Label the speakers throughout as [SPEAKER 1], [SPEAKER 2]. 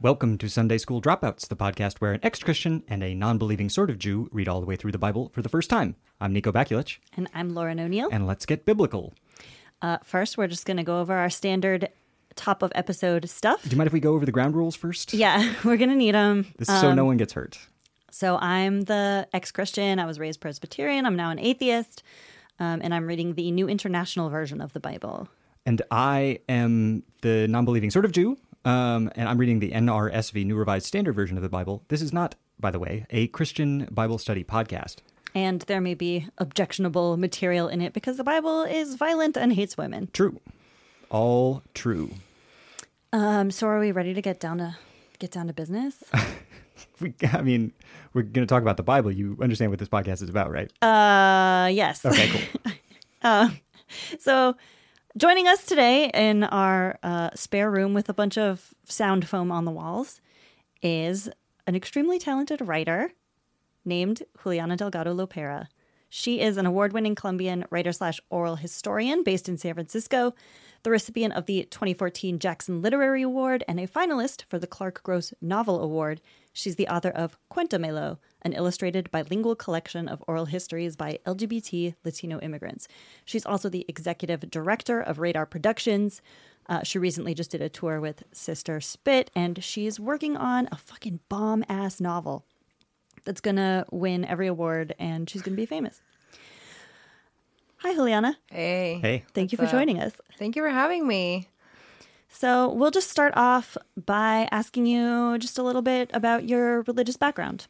[SPEAKER 1] Welcome to Sunday School Dropouts, the podcast where an ex Christian and a non believing sort of Jew read all the way through the Bible for the first time. I'm Nico Bakulich,
[SPEAKER 2] And I'm Lauren O'Neill.
[SPEAKER 1] and let's get biblical.
[SPEAKER 2] Uh, first, we're just going to go over our standard top of episode stuff.
[SPEAKER 1] Do you mind if we go over the ground rules first?
[SPEAKER 2] Yeah, um, we're going to need them.
[SPEAKER 1] This is so no one gets hurt.
[SPEAKER 2] So, I'm the ex Christian. I was raised Presbyterian. I'm now an atheist. Um, and I'm reading the New International Version of the Bible.
[SPEAKER 1] And I am the non believing sort of Jew, um, and I'm reading the NRSV, New Revised Standard Version of the Bible. This is not, by the way, a Christian Bible study podcast.
[SPEAKER 2] And there may be objectionable material in it because the Bible is violent and hates women.
[SPEAKER 1] True. All true.
[SPEAKER 2] Um, so, are we ready to get down to get down to business?
[SPEAKER 1] We, I mean, we're going to talk about the Bible. You understand what this podcast is about, right?
[SPEAKER 2] Uh, yes. Uh,
[SPEAKER 1] okay, cool.
[SPEAKER 2] So, joining us today in our uh, spare room with a bunch of sound foam on the walls is an extremely talented writer named Juliana Delgado Lopera. She is an award winning Colombian writer slash oral historian based in San Francisco, the recipient of the 2014 Jackson Literary Award, and a finalist for the Clark Gross Novel Award. She's the author of Cuéntamelo, an illustrated bilingual collection of oral histories by LGBT Latino immigrants. She's also the executive director of Radar Productions. Uh, she recently just did a tour with Sister Spit, and she's working on a fucking bomb ass novel that's gonna win every award and she's gonna be famous. Hi, Juliana.
[SPEAKER 3] Hey.
[SPEAKER 1] Hey.
[SPEAKER 2] Thank you for
[SPEAKER 3] What's up?
[SPEAKER 2] joining us.
[SPEAKER 3] Thank you for having me.
[SPEAKER 2] So, we'll just start off by asking you just a little bit about your religious background.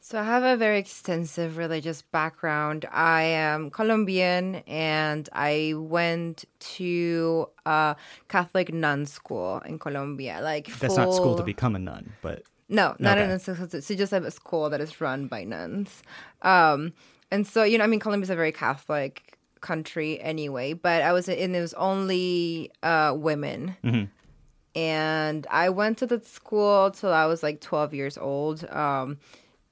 [SPEAKER 3] So, I have a very extensive religious background. I am Colombian and I went to a Catholic nun school in Colombia. Like,
[SPEAKER 1] That's not school to
[SPEAKER 3] full-
[SPEAKER 1] become a nun, but
[SPEAKER 3] No, not
[SPEAKER 1] Okay.
[SPEAKER 3] an institute. It's just a school that is run by nuns. Um, and so, you know, I mean, Colombia is a very Catholic country anyway, but I was in, it was only uh, women. And I went to that school till I was like 12 years old. Um,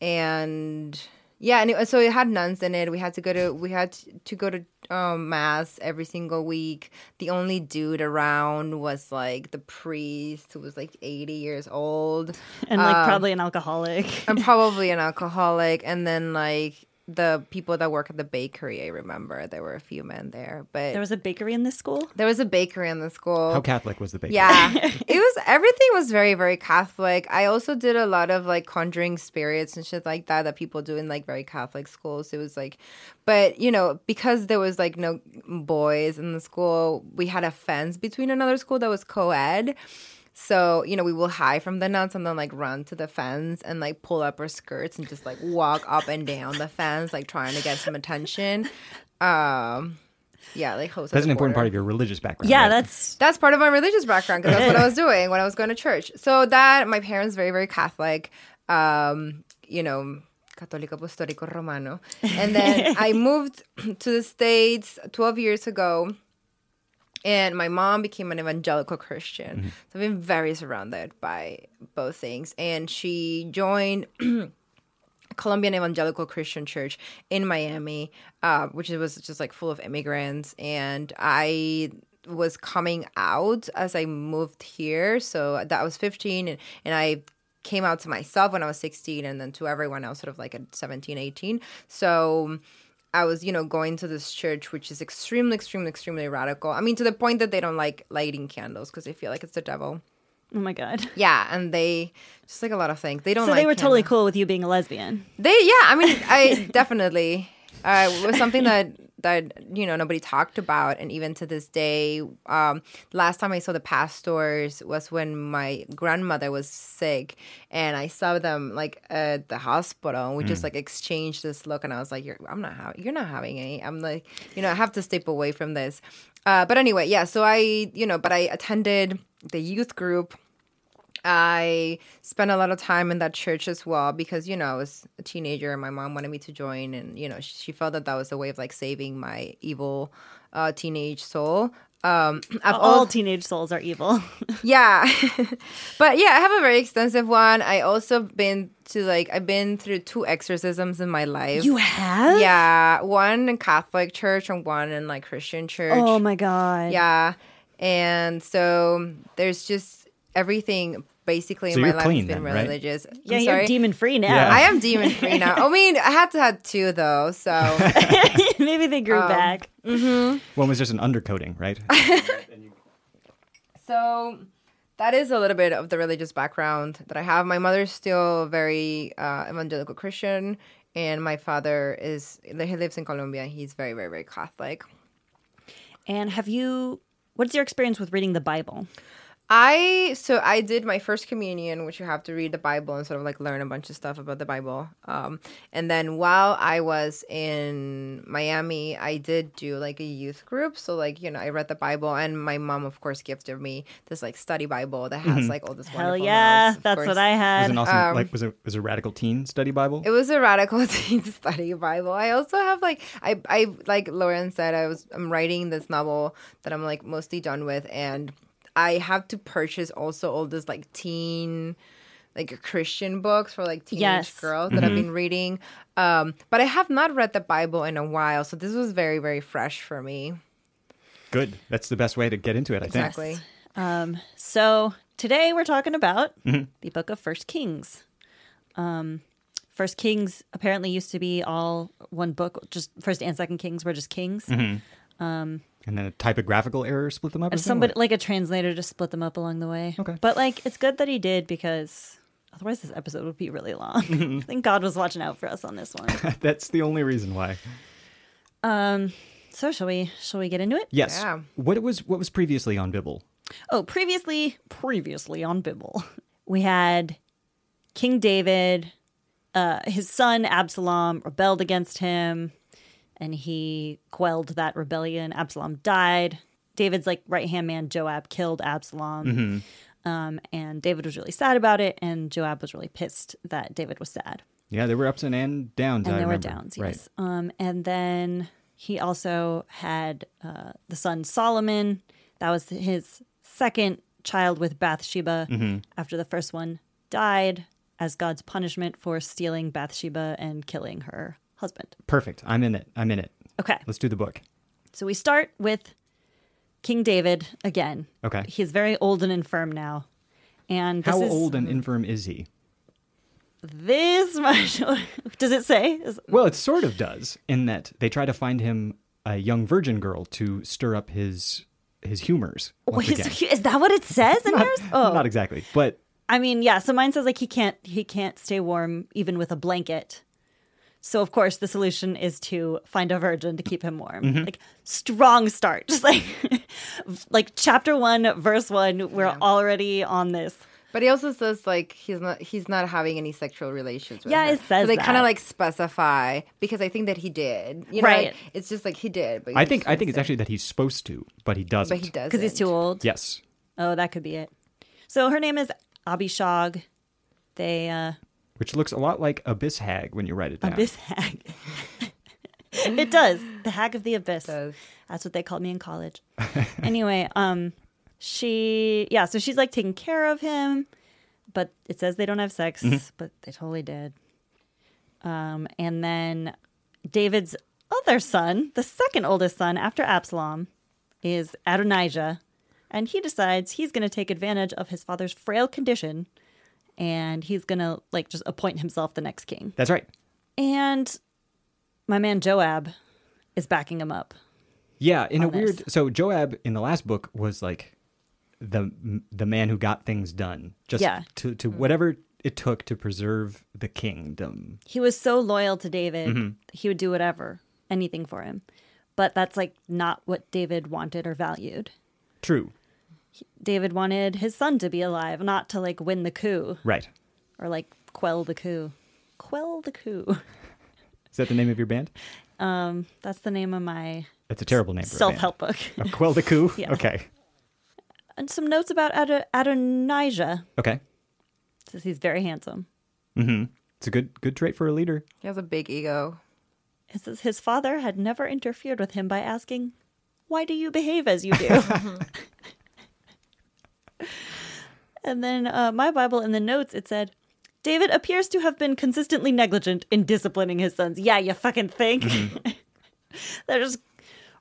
[SPEAKER 3] and yeah, and it, so it had nuns in it. We had to go to, we had to go to um, mass every single week. The only dude around was like the priest who was like 80 years old
[SPEAKER 2] And
[SPEAKER 3] Um,
[SPEAKER 2] like probably an alcoholic.
[SPEAKER 3] and probably an alcoholic and then like the people that work at the bakery i remember there were a few men there but
[SPEAKER 2] There was a bakery in this school.
[SPEAKER 3] a bakery in the school
[SPEAKER 1] how Catholic was the baby?
[SPEAKER 3] yeah it was everything was very very catholic i also did a lot of like conjuring spirits and shit like that that people do in like very catholic schools it was like but you know because there was like no boys in the school we had a fence between another school that was co-ed so you know we will hide from the nuns and then like run to the fence and like pull up our skirts and just like walk up and down the fence like trying to get some attention um yeah like host
[SPEAKER 1] That's an important part of your religious background.
[SPEAKER 2] Yeah,
[SPEAKER 1] right?
[SPEAKER 2] that's
[SPEAKER 3] that's part of my religious background because that's what I was doing when I was going to church. So that my parents very very Catholic, um, you know, Católico Apostólico Romano, and then I moved to the states twelve years ago, and my mom became an evangelical Christian. So I've been very surrounded by both things, and she joined Colombian Evangelical Christian Church in Miami, uh, which was just like full of immigrants. And I was coming out as I moved here. So that I was 15. And, and I came out to myself when I was 16 and then to everyone else, sort of like at 17, 18. So. I was, you know, going to this church, which is extremely, extremely, extremely radical. I mean, to the point that they don't like lighting candles because they feel like it's the devil.
[SPEAKER 2] oh my god.
[SPEAKER 3] Yeah, and they just like a lot of things. They don't.
[SPEAKER 2] So
[SPEAKER 3] like
[SPEAKER 2] they were totally
[SPEAKER 3] candles.
[SPEAKER 2] cool with you being a lesbian.
[SPEAKER 3] They yeah, I mean, I definitely uh, it was something that that you know nobody talked about, and even to this day, um, last time I saw the pastors was when my grandmother was sick, and I saw them like at the hospital, and we just like exchanged this look, and I was like, "You're, I'm not having, you're not having any." I'm like, you know, I have to step away from this. Uh, but anyway, yeah. So I, you know, but I attended the youth group. I spent a lot of time in that church as well because you know I was a teenager and my mom wanted me to join and you know she, she felt that that was a way of like saving my evil uh, teenage soul. Um, I've
[SPEAKER 2] All
[SPEAKER 3] al-
[SPEAKER 2] teenage souls are evil.
[SPEAKER 3] yeah, but yeah, I have a very extensive one. I also been to like I've been through two exorcisms in my life.
[SPEAKER 2] have?
[SPEAKER 3] yeah, one in Catholic church and one in like Christian church.
[SPEAKER 2] Oh my god.
[SPEAKER 3] Yeah. And so there's just everything basically
[SPEAKER 1] So
[SPEAKER 3] in my
[SPEAKER 1] you're
[SPEAKER 3] life
[SPEAKER 1] clean
[SPEAKER 3] has been
[SPEAKER 1] then, right?
[SPEAKER 3] religious.
[SPEAKER 2] Yeah,
[SPEAKER 3] I'm
[SPEAKER 2] you're
[SPEAKER 3] sorry.
[SPEAKER 2] demon free now.
[SPEAKER 1] Yeah.
[SPEAKER 3] I am demon free now. I mean, I had to have two though, so
[SPEAKER 2] Maybe they grew
[SPEAKER 3] Um,
[SPEAKER 2] back.
[SPEAKER 1] One was just an undercoating, right?
[SPEAKER 3] So that is a little bit of the religious background that I have. My mother's still very uh, evangelical Christian, and my father is he lives in Colombia. He's very, very, very Catholic.
[SPEAKER 2] And have you? What's your experience with reading the Bible?
[SPEAKER 3] I so I did my first communion, which you have to read the Bible and sort of like learn a bunch of stuff about the Bible. Um, and then while I was in Miami, I did do like a youth group. So like you know, I read the Bible, and my mom, of course, gifted me this like study Bible that has like all this.
[SPEAKER 2] Hell
[SPEAKER 3] wonderful
[SPEAKER 2] yeah,
[SPEAKER 3] notes, of
[SPEAKER 2] that's
[SPEAKER 3] course.
[SPEAKER 2] what I
[SPEAKER 1] It was
[SPEAKER 2] had.
[SPEAKER 1] an awesome, like, was a was a radical teen study Bible.
[SPEAKER 3] It was a radical teen study Bible. I also have like I I like Lauren said I was I'm writing this novel that I'm like mostly done with and I have to purchase also all this like teen like Christian books for like teenage
[SPEAKER 2] Yes.
[SPEAKER 3] girls that I've been reading. Um but I have not read the Bible in a while, so this was very very fresh for me.
[SPEAKER 1] Good. That's the best way to get into it, I think.
[SPEAKER 3] Exactly.
[SPEAKER 2] Um, so today we're talking about the Book of First Kings. Um, First Kings apparently used to be all one book. Just First and Second Kings were just kings.
[SPEAKER 1] And then a typographical error split them up. or
[SPEAKER 2] Or
[SPEAKER 1] something?
[SPEAKER 2] somebody like a translator just split them up along the way.
[SPEAKER 1] Okay.
[SPEAKER 2] But like it's good that he did because otherwise this episode would be really long. I think God was watching out for us on this one.
[SPEAKER 1] That's the only reason why.
[SPEAKER 2] so shall we shall we get into it?
[SPEAKER 1] Yes.
[SPEAKER 3] Yeah.
[SPEAKER 1] What it was what was previously on Bibble?
[SPEAKER 2] Oh, previously previously on Bibble, we had King David, uh, his son Absalom rebelled against him, and he quelled that rebellion. Absalom died. David's like right hand man Joab killed Absalom. Um, and David was really sad about it, and Joab was really pissed that David was sad.
[SPEAKER 1] Yeah, there were ups and and downs.
[SPEAKER 2] And
[SPEAKER 1] I
[SPEAKER 2] there were
[SPEAKER 1] remember.
[SPEAKER 2] downs,
[SPEAKER 1] Right.
[SPEAKER 2] yes. Um, and then he also had uh, the son Solomon. That was his second child with Bathsheba
[SPEAKER 1] Mm-hmm.
[SPEAKER 2] after the first one died as God's punishment for stealing Bathsheba and killing her husband.
[SPEAKER 1] Perfect. I'm in it. I'm in it.
[SPEAKER 2] Okay.
[SPEAKER 1] Let's do the book.
[SPEAKER 2] So we start with King David again.
[SPEAKER 1] Okay.
[SPEAKER 2] He's very old and infirm now. And this
[SPEAKER 1] How
[SPEAKER 2] is- mm.
[SPEAKER 1] old and infirm is he?
[SPEAKER 2] This much. Does it say? Is-
[SPEAKER 1] Well, it sort of does in that they try to find him a young virgin girl to stir up his his humors. once
[SPEAKER 2] Wait,
[SPEAKER 1] again.
[SPEAKER 2] is, is that what it says in yours? Oh,
[SPEAKER 1] Not exactly, but
[SPEAKER 2] I mean, yeah. So mine says like he can't he can't stay warm even with a blanket. So of course the solution is to find a virgin to keep him warm. Like strong start, just like like chapter one, verse one. We're already on this.
[SPEAKER 3] But he also says like he's not he's not having any sexual relations with
[SPEAKER 2] Yeah,
[SPEAKER 3] her.
[SPEAKER 2] it says
[SPEAKER 3] so they kind
[SPEAKER 2] that.
[SPEAKER 3] of like specify because I think that he did. You know,
[SPEAKER 2] Right.
[SPEAKER 3] like, it's just like he did. But
[SPEAKER 1] I
[SPEAKER 3] he
[SPEAKER 1] think
[SPEAKER 3] just
[SPEAKER 1] I think it's
[SPEAKER 3] doesn't.
[SPEAKER 1] actually that he's supposed to, but he doesn't.
[SPEAKER 3] But he does
[SPEAKER 2] because he's too old.
[SPEAKER 1] Yes.
[SPEAKER 2] Oh, that could be it. So her name is Abishag. They uh,
[SPEAKER 1] Which looks a lot like Abyss Hag when you write it down.
[SPEAKER 2] abyss hag. it does the hag of the abyss.
[SPEAKER 3] does.
[SPEAKER 2] That's what they called me in college. anyway, um, she yeah, so she's like taking care of him, but it says they don't have sex, but they totally did. Um, and then David's other son, the second oldest son after Absalom, is Adonijah, and he decides he's going to take advantage of his father's frail condition, and he's going to like just appoint himself the next king.
[SPEAKER 1] That's right.
[SPEAKER 2] And my man Joab is backing him up.
[SPEAKER 1] Yeah, in a
[SPEAKER 2] on this.
[SPEAKER 1] weird. So Joab in the last book was like the the man who got things done, just
[SPEAKER 2] Yeah. Mm-hmm.
[SPEAKER 1] to to whatever it took to preserve the kingdom.
[SPEAKER 2] He was so loyal to David, he would do whatever, anything for him. But that's like not what David wanted or valued.
[SPEAKER 1] True.
[SPEAKER 2] David wanted his son to be alive, not to like win the coup
[SPEAKER 1] Right.
[SPEAKER 2] or like quell the coup. Quell the coup.
[SPEAKER 1] Is that the name of your band?
[SPEAKER 2] That's the name of my
[SPEAKER 1] That's a terrible name. for a band.
[SPEAKER 2] self help book.
[SPEAKER 1] Oh, Quell the coup.
[SPEAKER 2] Yeah.
[SPEAKER 1] Okay.
[SPEAKER 2] And some notes about Ad- Adonijah,
[SPEAKER 1] Okay.
[SPEAKER 2] says he's very handsome.
[SPEAKER 1] It's a good good trait for a leader.
[SPEAKER 3] He has a big ego.
[SPEAKER 2] It says his father had never interfered with him by asking, Why do you behave as you do? and then uh, my Bible in the notes, it said, David appears to have been consistently negligent in disciplining his sons. Yeah, you fucking think? They're just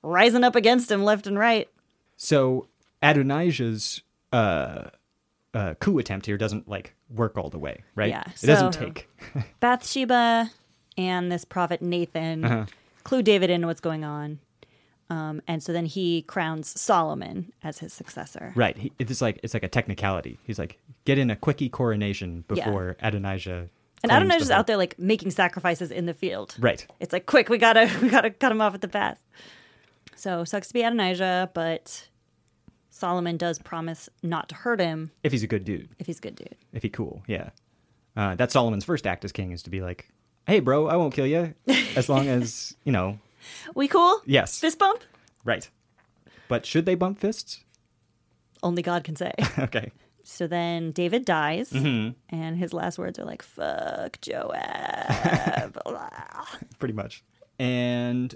[SPEAKER 2] rising up against him left and right.
[SPEAKER 1] So Adonijah's uh, uh, coup attempt here doesn't like work all the way, right?
[SPEAKER 2] Yeah,
[SPEAKER 1] it doesn't
[SPEAKER 2] so-
[SPEAKER 1] take.
[SPEAKER 2] Bathsheba and this prophet Nathan clue David into what's going on. Um, and so then he crowns Solomon as his successor.
[SPEAKER 1] Right. He, it's like it's like a technicality. He's like, get in a quickie coronation before Adonijah.
[SPEAKER 2] And
[SPEAKER 1] claims
[SPEAKER 2] Adonijah's
[SPEAKER 1] the whole-
[SPEAKER 2] out there like making sacrifices in the field.
[SPEAKER 1] Right.
[SPEAKER 2] It's like quick, we gotta we gotta cut him off at the pass. So sucks to be Adonijah, but Solomon does promise not to hurt him
[SPEAKER 1] If he's a good dude,
[SPEAKER 2] if he's a good dude.
[SPEAKER 1] if he cool, yeah. Uh, that's Solomon's first act as king is to be like, hey, bro, I won't kill you as long as you know.
[SPEAKER 2] We cool?
[SPEAKER 1] Yes.
[SPEAKER 2] Fist bump?
[SPEAKER 1] Right. But should they bump fists?
[SPEAKER 2] Only God can say.
[SPEAKER 1] okay.
[SPEAKER 2] So then David dies,
[SPEAKER 1] Mm-hmm.
[SPEAKER 2] and his last words are like, fuck Joab. Blah.
[SPEAKER 1] pretty much. And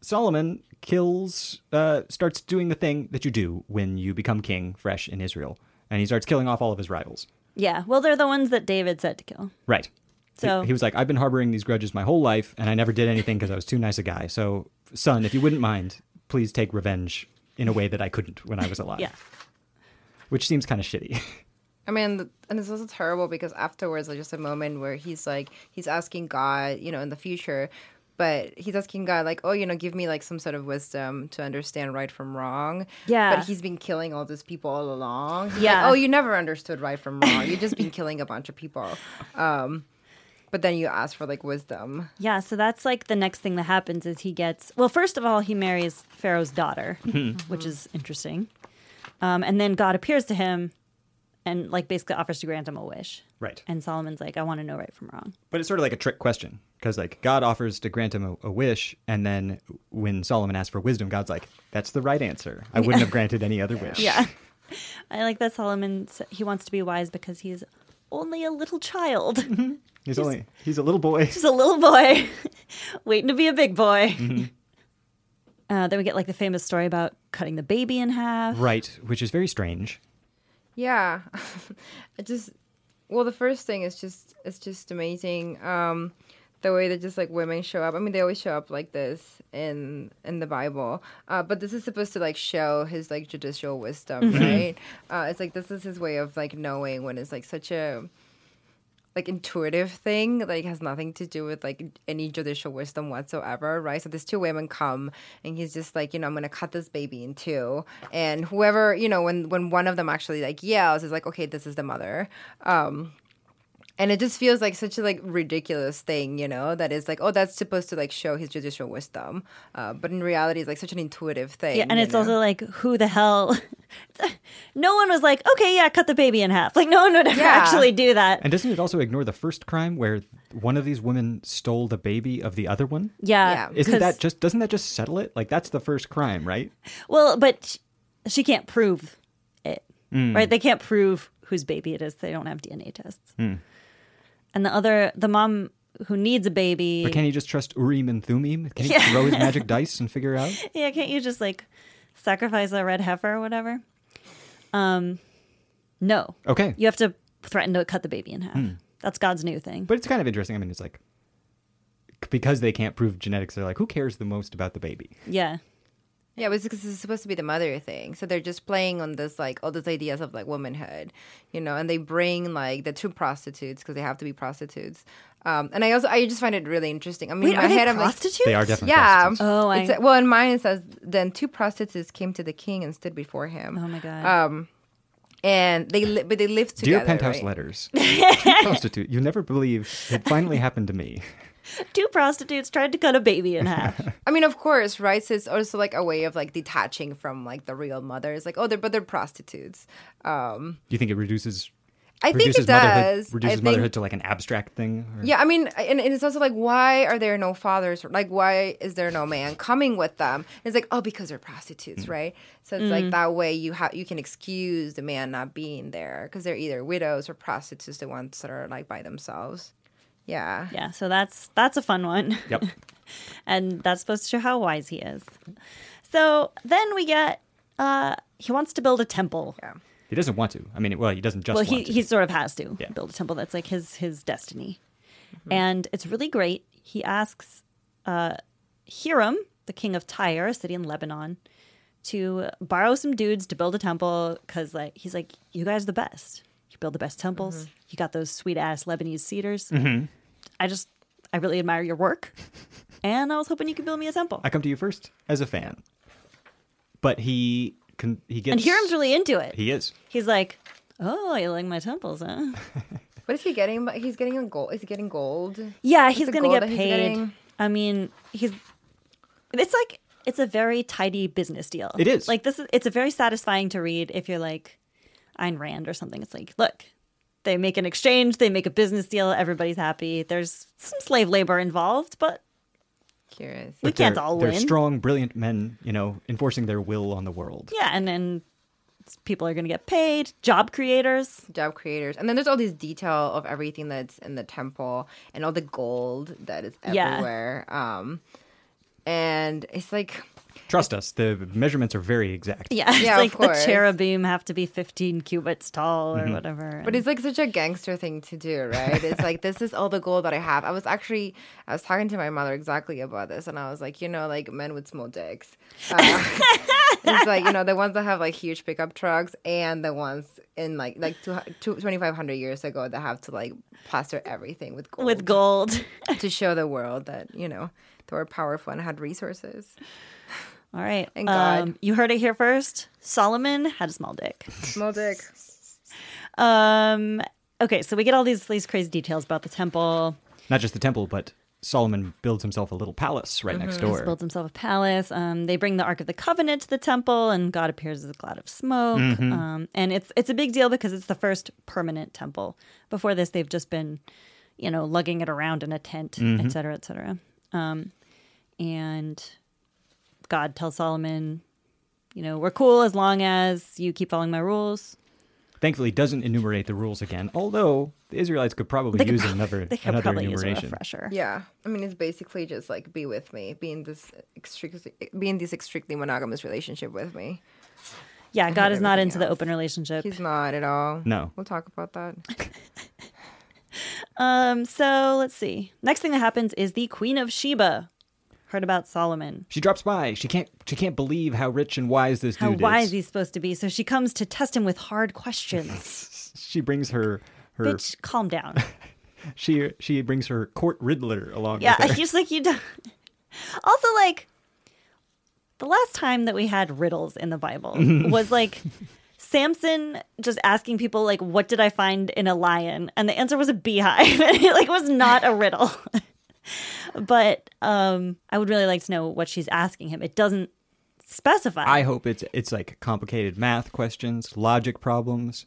[SPEAKER 1] Solomon kills, uh, starts doing the thing that you do when you become king fresh in Israel. And he starts killing off all of his rivals.
[SPEAKER 2] yeah, well, they're the ones that David said to kill.
[SPEAKER 1] Right. He-
[SPEAKER 2] So-
[SPEAKER 1] he, was like, I've been harboring these grudges my whole life, and I never did anything because I was too nice a guy. So, son, if you wouldn't mind, please take revenge in a way that I couldn't when I was alive.
[SPEAKER 2] Yeah.
[SPEAKER 1] Which seems kind of shitty.
[SPEAKER 3] I mean, th- and this was terrible because afterwards, there's just a moment where he's like, he's asking God, you know, in the future, but he's asking God, like, oh, you know, give me like some sort of wisdom to understand right from wrong.
[SPEAKER 2] Yeah.
[SPEAKER 3] But he's been killing all these people all along. He's like,
[SPEAKER 2] Yeah.
[SPEAKER 3] oh, you never understood right from wrong. You've just been killing a bunch of people. Um, but then you ask for like wisdom.
[SPEAKER 2] Yeah, so that's like the next thing that happens is he gets, well, first of all, he marries Pharaoh's daughter, which is interesting. Um, and then God appears to him and like basically offers to grant him a wish.
[SPEAKER 1] right.
[SPEAKER 2] And Solomon's like, I want to know right from wrong.
[SPEAKER 1] But it's sort of like a trick question because, like, God offers to grant him a, a wish, and then when Solomon asks for wisdom, God's like, "That's the right answer. I wouldn't have granted any other wish."
[SPEAKER 2] Yeah. I like that Solomon, s- he wants to be wise because he's only a little child.
[SPEAKER 1] he's, only he's a little boy.
[SPEAKER 2] He's a little boy waiting to be a big boy. Uh, then we get like the famous story about cutting the baby in half.
[SPEAKER 1] Right, which is very strange.
[SPEAKER 3] Yeah. I just well the first thing is just it's just amazing. Um the way that just like women show up. I mean they always show up like this in in the Bible. Uh but this is supposed to like show his like judicial wisdom, right? Uh it's like this is his way of like knowing when it's like such a like intuitive thing like has nothing to do with like any judicial wisdom whatsoever right so these two women come and he's just like you know i'm gonna cut this baby in two and whoever you know when when one of them actually like yells is like okay this is the mother um and it just feels like such a like ridiculous thing you know that is like oh that's supposed to like show his judicial wisdom uh, but in reality it's like such an intuitive thing
[SPEAKER 2] Yeah, and
[SPEAKER 3] you
[SPEAKER 2] it's
[SPEAKER 3] know?
[SPEAKER 2] also like, who the hell? no one was like, okay, yeah, cut the baby in half. Like, no one would ever
[SPEAKER 3] Yeah.
[SPEAKER 2] actually do that.
[SPEAKER 1] And doesn't it also ignore the first crime where one of these women stole the baby of the other one?
[SPEAKER 2] yeah.
[SPEAKER 3] Yeah.
[SPEAKER 1] Isn't
[SPEAKER 2] 'cause-
[SPEAKER 1] that just doesn't that just settle it? Like that's the first crime, right?
[SPEAKER 2] Well, but sh- she can't prove it,
[SPEAKER 1] Mm.
[SPEAKER 2] right? They can't prove whose baby it is. They don't have DNA tests.
[SPEAKER 1] Mm.
[SPEAKER 2] And the other, the mom who needs a baby.
[SPEAKER 1] But can he just trust Urim and Thummim? Can he throw his magic dice and figure out?
[SPEAKER 2] Yeah, can't you just like sacrifice a red heifer or whatever? Um, no,
[SPEAKER 1] Okay. Hmm.
[SPEAKER 2] you have to threaten to cut the baby in half. That's God's new thing.
[SPEAKER 1] But it's kind of interesting. I mean, it's like because they can't prove genetics, they're like, who cares the most about the baby?
[SPEAKER 2] yeah,
[SPEAKER 3] Yeah, it was because it's supposed to be the mother thing. So they're just playing on this, like, all these ideas of, like, womanhood, you know, and they bring, like, the two prostitutes because they have to be prostitutes. Um, and I also, I just find it really interesting. I mean,
[SPEAKER 2] wait,
[SPEAKER 3] in my
[SPEAKER 2] are they
[SPEAKER 3] head, I'm like,
[SPEAKER 2] prostitutes?
[SPEAKER 1] They are definitely
[SPEAKER 3] yeah.
[SPEAKER 1] prostitutes.
[SPEAKER 2] Oh, I-
[SPEAKER 3] It's- well, in mine, it says, then two prostitutes came to the king and stood before him.
[SPEAKER 2] Oh my god.
[SPEAKER 3] Um, and they, li- but they lived
[SPEAKER 1] Dear
[SPEAKER 3] together.
[SPEAKER 1] Penthouse
[SPEAKER 3] right?
[SPEAKER 1] Letters, prostitute, you never believe it finally happened to me.
[SPEAKER 2] Two prostitutes tried to cut a baby in half.
[SPEAKER 3] I mean, of course, right? So it's also like a way of like detaching from like the real mother. It's like, oh, they're but they're prostitutes. Um,
[SPEAKER 1] Do you think it reduces?
[SPEAKER 3] I think
[SPEAKER 1] reduces
[SPEAKER 3] it does.
[SPEAKER 1] Motherhood, reduces
[SPEAKER 3] I think-
[SPEAKER 1] motherhood to like an abstract thing. or-
[SPEAKER 3] Yeah, I mean, and, and it's also like, why are there no fathers? Like, why is there no man coming with them? And it's like, oh, because they're prostitutes, right? So it's like that way you have you can excuse the man not being there because they're either widows or prostitutes, the ones that are like by themselves. Yeah,
[SPEAKER 2] yeah, so that's that's a fun one.
[SPEAKER 1] Yep.
[SPEAKER 2] and that's supposed to show how wise he is. So then we get uh he wants to build a temple.
[SPEAKER 3] yeah.
[SPEAKER 1] He doesn't want to. I mean, well, he doesn't just
[SPEAKER 2] well,
[SPEAKER 1] want
[SPEAKER 2] he,
[SPEAKER 1] to.
[SPEAKER 2] he sort of has to
[SPEAKER 1] Yeah. Mm-hmm.
[SPEAKER 2] build a temple. That's like his his destiny, and it's really great. He asks uh, Hiram, the king of Tyre, a city in Lebanon, to borrow some dudes to build a temple because like he's like, you guys are the best. You build the best temples.
[SPEAKER 1] Mm-hmm.
[SPEAKER 2] You got those sweet ass Lebanese cedars. I just I really admire your work, and I was hoping you could build me a temple.
[SPEAKER 1] I come to you first as a fan. But he con- he gets
[SPEAKER 2] and Hiram's really into it.
[SPEAKER 1] he is.
[SPEAKER 2] He's like, oh, you like my temples, huh?
[SPEAKER 3] What is he getting? But he's getting a gold. Is he getting gold?
[SPEAKER 2] Yeah, he's
[SPEAKER 3] the
[SPEAKER 2] gonna
[SPEAKER 3] goal
[SPEAKER 2] get
[SPEAKER 3] that he's
[SPEAKER 2] paid.
[SPEAKER 3] getting?
[SPEAKER 2] I mean, he's. It's like it's a very tidy business deal.
[SPEAKER 1] It is.
[SPEAKER 2] like this. Is, it's a very satisfying to read if you're like Ayn Rand or something. It's like, look, they make an exchange, they make a business deal, everybody's happy. There's some slave labor involved, but
[SPEAKER 3] Curious.
[SPEAKER 2] we can't
[SPEAKER 1] they're,
[SPEAKER 2] all
[SPEAKER 1] they're
[SPEAKER 2] win.
[SPEAKER 1] strong, brilliant men, you know, enforcing their will on the world.
[SPEAKER 2] Yeah, and then people are gonna get paid. Job creators.
[SPEAKER 3] job creators. And then there's all these detail of everything that's in the temple and all the gold that is
[SPEAKER 2] Yeah.
[SPEAKER 3] everywhere. Um and it's like
[SPEAKER 1] Trust us, the measurements are very exact.
[SPEAKER 2] Yeah, it's
[SPEAKER 3] Yeah, of
[SPEAKER 2] like the
[SPEAKER 3] course.
[SPEAKER 2] cherubim have to be 15 cubits tall
[SPEAKER 1] Mm-hmm.
[SPEAKER 2] or whatever.
[SPEAKER 3] but it's like such a gangster thing to do, right? It's like this is all the gold that I have. I was actually I was talking to my mother exactly about this and I was like, you know, like men with small dicks. Uh, it's like, you know, the ones that have like huge pickup trucks and the ones in like like two, two, 2500 years ago that have to like plaster everything with gold.
[SPEAKER 2] with gold.
[SPEAKER 3] to show the world that you know they were powerful and had resources.
[SPEAKER 2] All right.
[SPEAKER 3] And God.
[SPEAKER 2] Um, you heard it here first. Solomon had a small dick.
[SPEAKER 3] Small dick.
[SPEAKER 2] Um, okay, so we get all these these crazy details about the temple.
[SPEAKER 1] Not just the temple, but Solomon builds himself a little palace right
[SPEAKER 3] Mm-hmm.
[SPEAKER 1] next door.
[SPEAKER 2] Builds himself a palace. Um, they bring the Ark of the Covenant to the temple, and God appears as a cloud of smoke.
[SPEAKER 3] Mm-hmm.
[SPEAKER 2] Um, and it's it's a big deal because it's the first permanent temple. Before this, they've just been, you know, lugging it around in a tent,
[SPEAKER 3] Mm-hmm.
[SPEAKER 2] et cetera, et cetera. Um, and God tells Solomon, you know, we're cool as long as you keep following my rules.
[SPEAKER 1] Thankfully, doesn't enumerate the rules again, although the Israelites could probably
[SPEAKER 2] They could
[SPEAKER 1] use
[SPEAKER 2] prob-
[SPEAKER 1] another,
[SPEAKER 2] They could
[SPEAKER 1] another
[SPEAKER 2] probably use a
[SPEAKER 1] enumeration.
[SPEAKER 2] refresher.
[SPEAKER 3] Yeah, I mean it's basically just like be with me, be in this strictly, be in this strictly monogamous relationship with me.
[SPEAKER 2] Yeah, God is not
[SPEAKER 3] everything
[SPEAKER 2] into the
[SPEAKER 3] else.
[SPEAKER 2] open relationship.
[SPEAKER 3] He's not at all.
[SPEAKER 1] No.
[SPEAKER 3] we'll talk about that.
[SPEAKER 2] Um, so let's see. Next thing that happens is the Queen of Sheba heard about Solomon.
[SPEAKER 1] She drops by. She can't she can't believe how rich and wise this
[SPEAKER 2] How
[SPEAKER 1] dude
[SPEAKER 2] wise
[SPEAKER 1] is.
[SPEAKER 2] he's supposed to be. So she comes to test him with hard questions.
[SPEAKER 1] She brings her her
[SPEAKER 2] Bitch, calm down.
[SPEAKER 1] she she brings her court riddler along
[SPEAKER 2] Yeah,
[SPEAKER 1] with her.
[SPEAKER 2] he's like you don't. Also, like the last time that we had riddles in the Bible
[SPEAKER 1] Mm-hmm.
[SPEAKER 2] was like Samson just asking people like, "What did I find in a lion?" and the answer was a beehive, and it like was not a riddle. but um, I would really like to know what she's asking him. It doesn't specify.
[SPEAKER 1] I hope it's it's like complicated math questions, logic problems.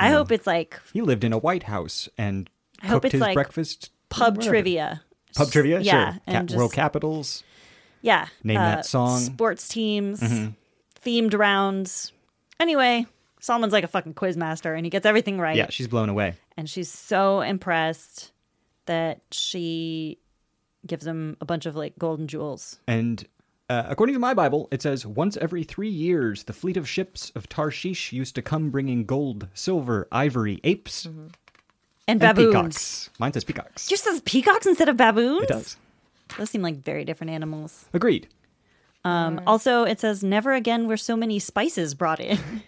[SPEAKER 2] I hope it's like
[SPEAKER 1] He lived in a White House and
[SPEAKER 2] I hope
[SPEAKER 1] cooked
[SPEAKER 2] it's
[SPEAKER 1] his
[SPEAKER 2] like
[SPEAKER 1] breakfast.
[SPEAKER 2] pub
[SPEAKER 1] whatever.
[SPEAKER 2] trivia.
[SPEAKER 1] Pub trivia?
[SPEAKER 2] Yeah,
[SPEAKER 1] sure.
[SPEAKER 2] and
[SPEAKER 1] Cap- World
[SPEAKER 2] just-
[SPEAKER 1] capitals.
[SPEAKER 2] Yeah. uh,
[SPEAKER 1] Name that song. Mm-hmm.
[SPEAKER 2] Sports teams, themed rounds. Anyway, Solomon's like a fucking quiz master and he gets everything right.
[SPEAKER 1] Yeah, she's blown away.
[SPEAKER 2] And she's so impressed that she gives him a bunch of like golden jewels.
[SPEAKER 1] And uh, according to my Bible, it says once every three years, the fleet of ships of Tarshish used to come bringing gold, silver, ivory, apes,
[SPEAKER 2] And
[SPEAKER 1] and
[SPEAKER 2] baboons.
[SPEAKER 1] peacocks. Mine says peacocks.
[SPEAKER 2] Just says peacocks instead of baboons?
[SPEAKER 1] It does.
[SPEAKER 2] Those seem like very different animals.
[SPEAKER 1] Agreed.
[SPEAKER 2] Um, Also, it says never again were so many spices brought in.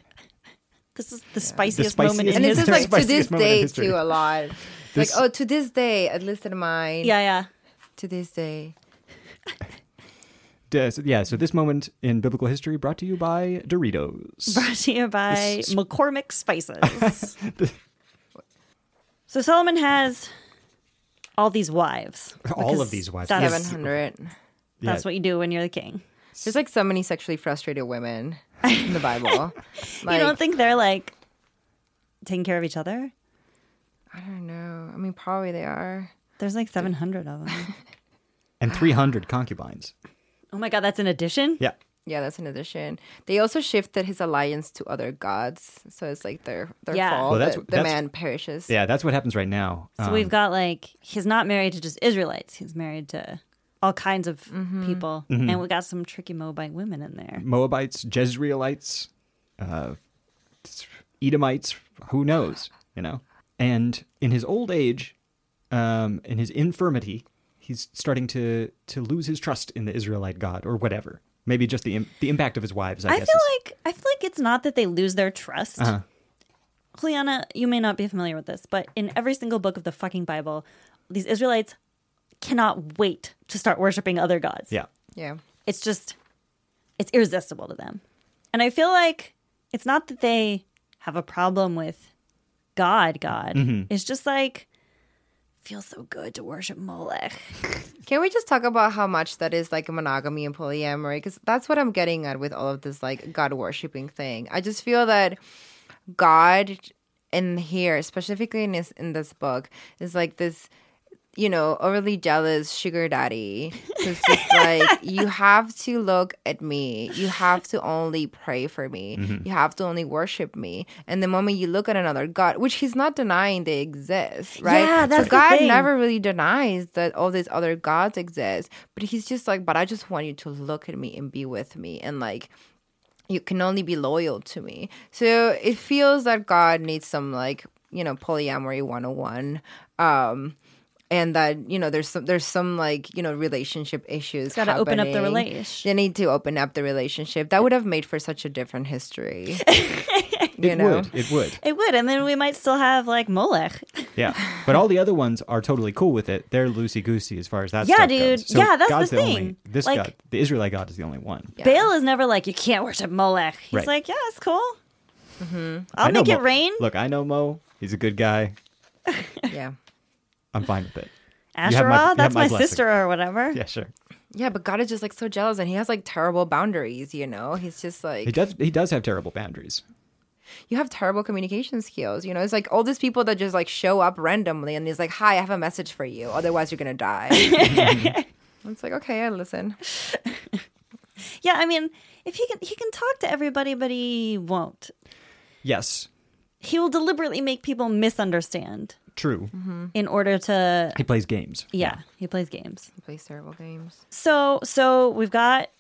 [SPEAKER 2] this is the spiciest moment
[SPEAKER 1] spiciest-
[SPEAKER 2] in
[SPEAKER 3] And it's
[SPEAKER 2] history.
[SPEAKER 3] just like to
[SPEAKER 1] Spiciest
[SPEAKER 3] this
[SPEAKER 1] moment in
[SPEAKER 3] day
[SPEAKER 1] history.
[SPEAKER 3] too a lot.
[SPEAKER 1] This-
[SPEAKER 3] Like oh, to this day, at least in mine.
[SPEAKER 2] yeah, yeah.
[SPEAKER 3] to this day.
[SPEAKER 1] Yes, yeah, so this moment in biblical history brought to you by Doritos.
[SPEAKER 2] brought to you by
[SPEAKER 1] This-
[SPEAKER 2] McCormick Spices. so Solomon has all these wives.
[SPEAKER 1] All
[SPEAKER 2] because
[SPEAKER 1] of these wives.
[SPEAKER 2] That's,
[SPEAKER 3] Seven hundred.
[SPEAKER 2] that's what you do when you're the king.
[SPEAKER 3] There's like so many sexually frustrated women in the Bible. Like,
[SPEAKER 2] you don't think they're like taking care of each other?
[SPEAKER 3] I don't know. I mean, probably they are.
[SPEAKER 2] There's like 700 of them.
[SPEAKER 1] And 300 concubines.
[SPEAKER 2] Oh my god, that's an addition.
[SPEAKER 1] Yeah.
[SPEAKER 3] Yeah, that's an addition. They also shifted his alliance to other gods, so it's like their their
[SPEAKER 2] Yeah.
[SPEAKER 3] fault.
[SPEAKER 1] Well, that's-
[SPEAKER 3] that the
[SPEAKER 1] that's-
[SPEAKER 3] man perishes.
[SPEAKER 1] Yeah, that's what happens right now.
[SPEAKER 2] So
[SPEAKER 1] Um,
[SPEAKER 2] we've got like he's not married to just Israelites. He's married to all kinds of people,
[SPEAKER 1] Mm-hmm.
[SPEAKER 2] and we got some tricky Moabite women in there.
[SPEAKER 1] Moabites, Jezreelites, uh, Edomites, who knows, you know? And in his old age, um, in his infirmity, he's starting to, to lose his trust in the Israelite God or whatever. Maybe just the Im- the impact of his wives. I,
[SPEAKER 2] I
[SPEAKER 1] guess.
[SPEAKER 2] feel
[SPEAKER 1] is-
[SPEAKER 2] like I feel like it's not that they lose their trust.
[SPEAKER 1] Uh-huh.
[SPEAKER 2] Juliana, you may not be familiar with this, but in every single book of the fucking Bible, these Israelites cannot wait to start worshiping other gods.
[SPEAKER 1] yeah,
[SPEAKER 3] Yeah.
[SPEAKER 2] It's just it's irresistible to them. And I feel like it's not that they have a problem with God, God.
[SPEAKER 1] Mm-hmm.
[SPEAKER 2] It's just like feels so good to worship Molech.
[SPEAKER 3] Can we just talk about how much that is like monogamy and polyamory? Because that's what I'm getting at with all of this like God worshiping thing. I just feel that God in here, specifically in this in this book, is like this, you know, overly jealous sugar daddy. It's just like you have to look at me. You have to only pray for me.
[SPEAKER 2] Mm-hmm.
[SPEAKER 3] You have to only worship me. And the moment you look at another God, which he's not denying they exist, right?
[SPEAKER 2] Yeah, that's
[SPEAKER 3] so
[SPEAKER 2] the
[SPEAKER 3] God
[SPEAKER 2] thing.
[SPEAKER 3] never never really denies that all these other gods exist, but he's just like, but I just want you to look at me and be with me and like you can only be loyal to me. So it feels that God needs some like, you know, polyamory 101. Um and that you know there's some there's some like you know relationship issues
[SPEAKER 2] Gotta open up the
[SPEAKER 3] happening.
[SPEAKER 2] relation.
[SPEAKER 3] they need to open up the relationship that would have made for such a different history you
[SPEAKER 1] it
[SPEAKER 3] know
[SPEAKER 1] would. It would.
[SPEAKER 2] It would, and then we might still have like Molech.
[SPEAKER 1] Yeah, but all the other ones are totally cool with it. They're loosey goosey as far as that.
[SPEAKER 2] Yeah,
[SPEAKER 1] stuff
[SPEAKER 2] dude.
[SPEAKER 1] Goes. So
[SPEAKER 2] Yeah, that's
[SPEAKER 1] God's
[SPEAKER 2] the
[SPEAKER 1] Only,
[SPEAKER 2] thing.
[SPEAKER 1] this
[SPEAKER 2] Like-
[SPEAKER 1] God, the Israelite God, is the only one.
[SPEAKER 2] Baal is never like, you can't worship Molech. He's
[SPEAKER 1] Right.
[SPEAKER 2] like, yeah, it's cool.
[SPEAKER 1] I
[SPEAKER 2] I'll
[SPEAKER 1] know
[SPEAKER 2] make it
[SPEAKER 1] Mo-
[SPEAKER 2] rain.
[SPEAKER 1] Look, I know Mo. He's a good guy.
[SPEAKER 3] yeah
[SPEAKER 1] I'm fine with it. you have
[SPEAKER 2] Asherah,
[SPEAKER 1] my- you have
[SPEAKER 2] that's
[SPEAKER 1] my
[SPEAKER 2] my,
[SPEAKER 1] blessing.
[SPEAKER 2] sister or whatever.
[SPEAKER 1] Yeah, sure.
[SPEAKER 3] yeah but god is just like so jealous and he has like terrible boundaries you know he's just like
[SPEAKER 1] He does. He does have terrible boundaries.
[SPEAKER 3] you have terrible communication skills. You know, it's like all these people that just like show up randomly and he's like, "Hi, I have a message for you. Otherwise, you're gonna die." it's like, okay, I listen.
[SPEAKER 2] Yeah, I mean, if he can, he can talk to everybody, but he won't.
[SPEAKER 1] Yes,
[SPEAKER 2] He will deliberately make people misunderstand
[SPEAKER 1] true.
[SPEAKER 2] in order to.
[SPEAKER 1] He plays games.
[SPEAKER 2] Mm-hmm. Yeah, he plays games.
[SPEAKER 3] He plays terrible games.
[SPEAKER 2] So, so we've got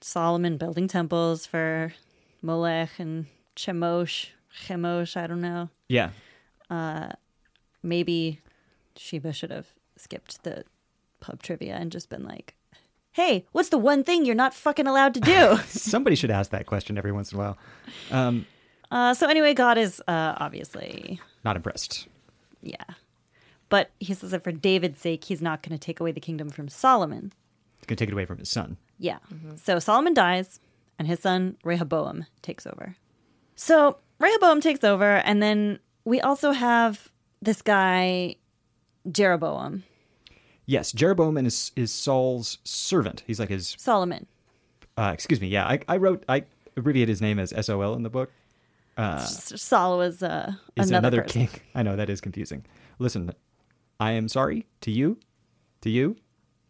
[SPEAKER 2] Solomon building temples for Molech and Chemosh, Chemosh. I don't know.
[SPEAKER 1] Yeah,
[SPEAKER 2] maybe Sheba should have skipped the pub trivia and just been like, "Hey, what's the one thing you're not fucking allowed to do?"
[SPEAKER 1] somebody should ask that question every once in a while.
[SPEAKER 2] uh, so anyway, God is uh, obviously,
[SPEAKER 1] Not impressed.
[SPEAKER 2] yeah, but he says that for David's sake, he's not going to take away the kingdom from Solomon.
[SPEAKER 1] He's gonna take it away from his son.
[SPEAKER 2] Yeah.
[SPEAKER 1] Mm-hmm.
[SPEAKER 2] So Solomon dies, and his son Rehoboam takes over. So Rehoboam takes over, and then we also have this guy Jeroboam,
[SPEAKER 1] Yes, Jeroboam is is Saul's servant. He's like his.
[SPEAKER 2] Solomon.
[SPEAKER 1] Uh, excuse me. Yeah, I, I wrote. I abbreviate his name as Sol in the book.
[SPEAKER 2] Saul was uh,
[SPEAKER 1] Is
[SPEAKER 2] another,
[SPEAKER 1] another,
[SPEAKER 2] person.
[SPEAKER 1] king. I know that is confusing. Listen, I am sorry to you, to you,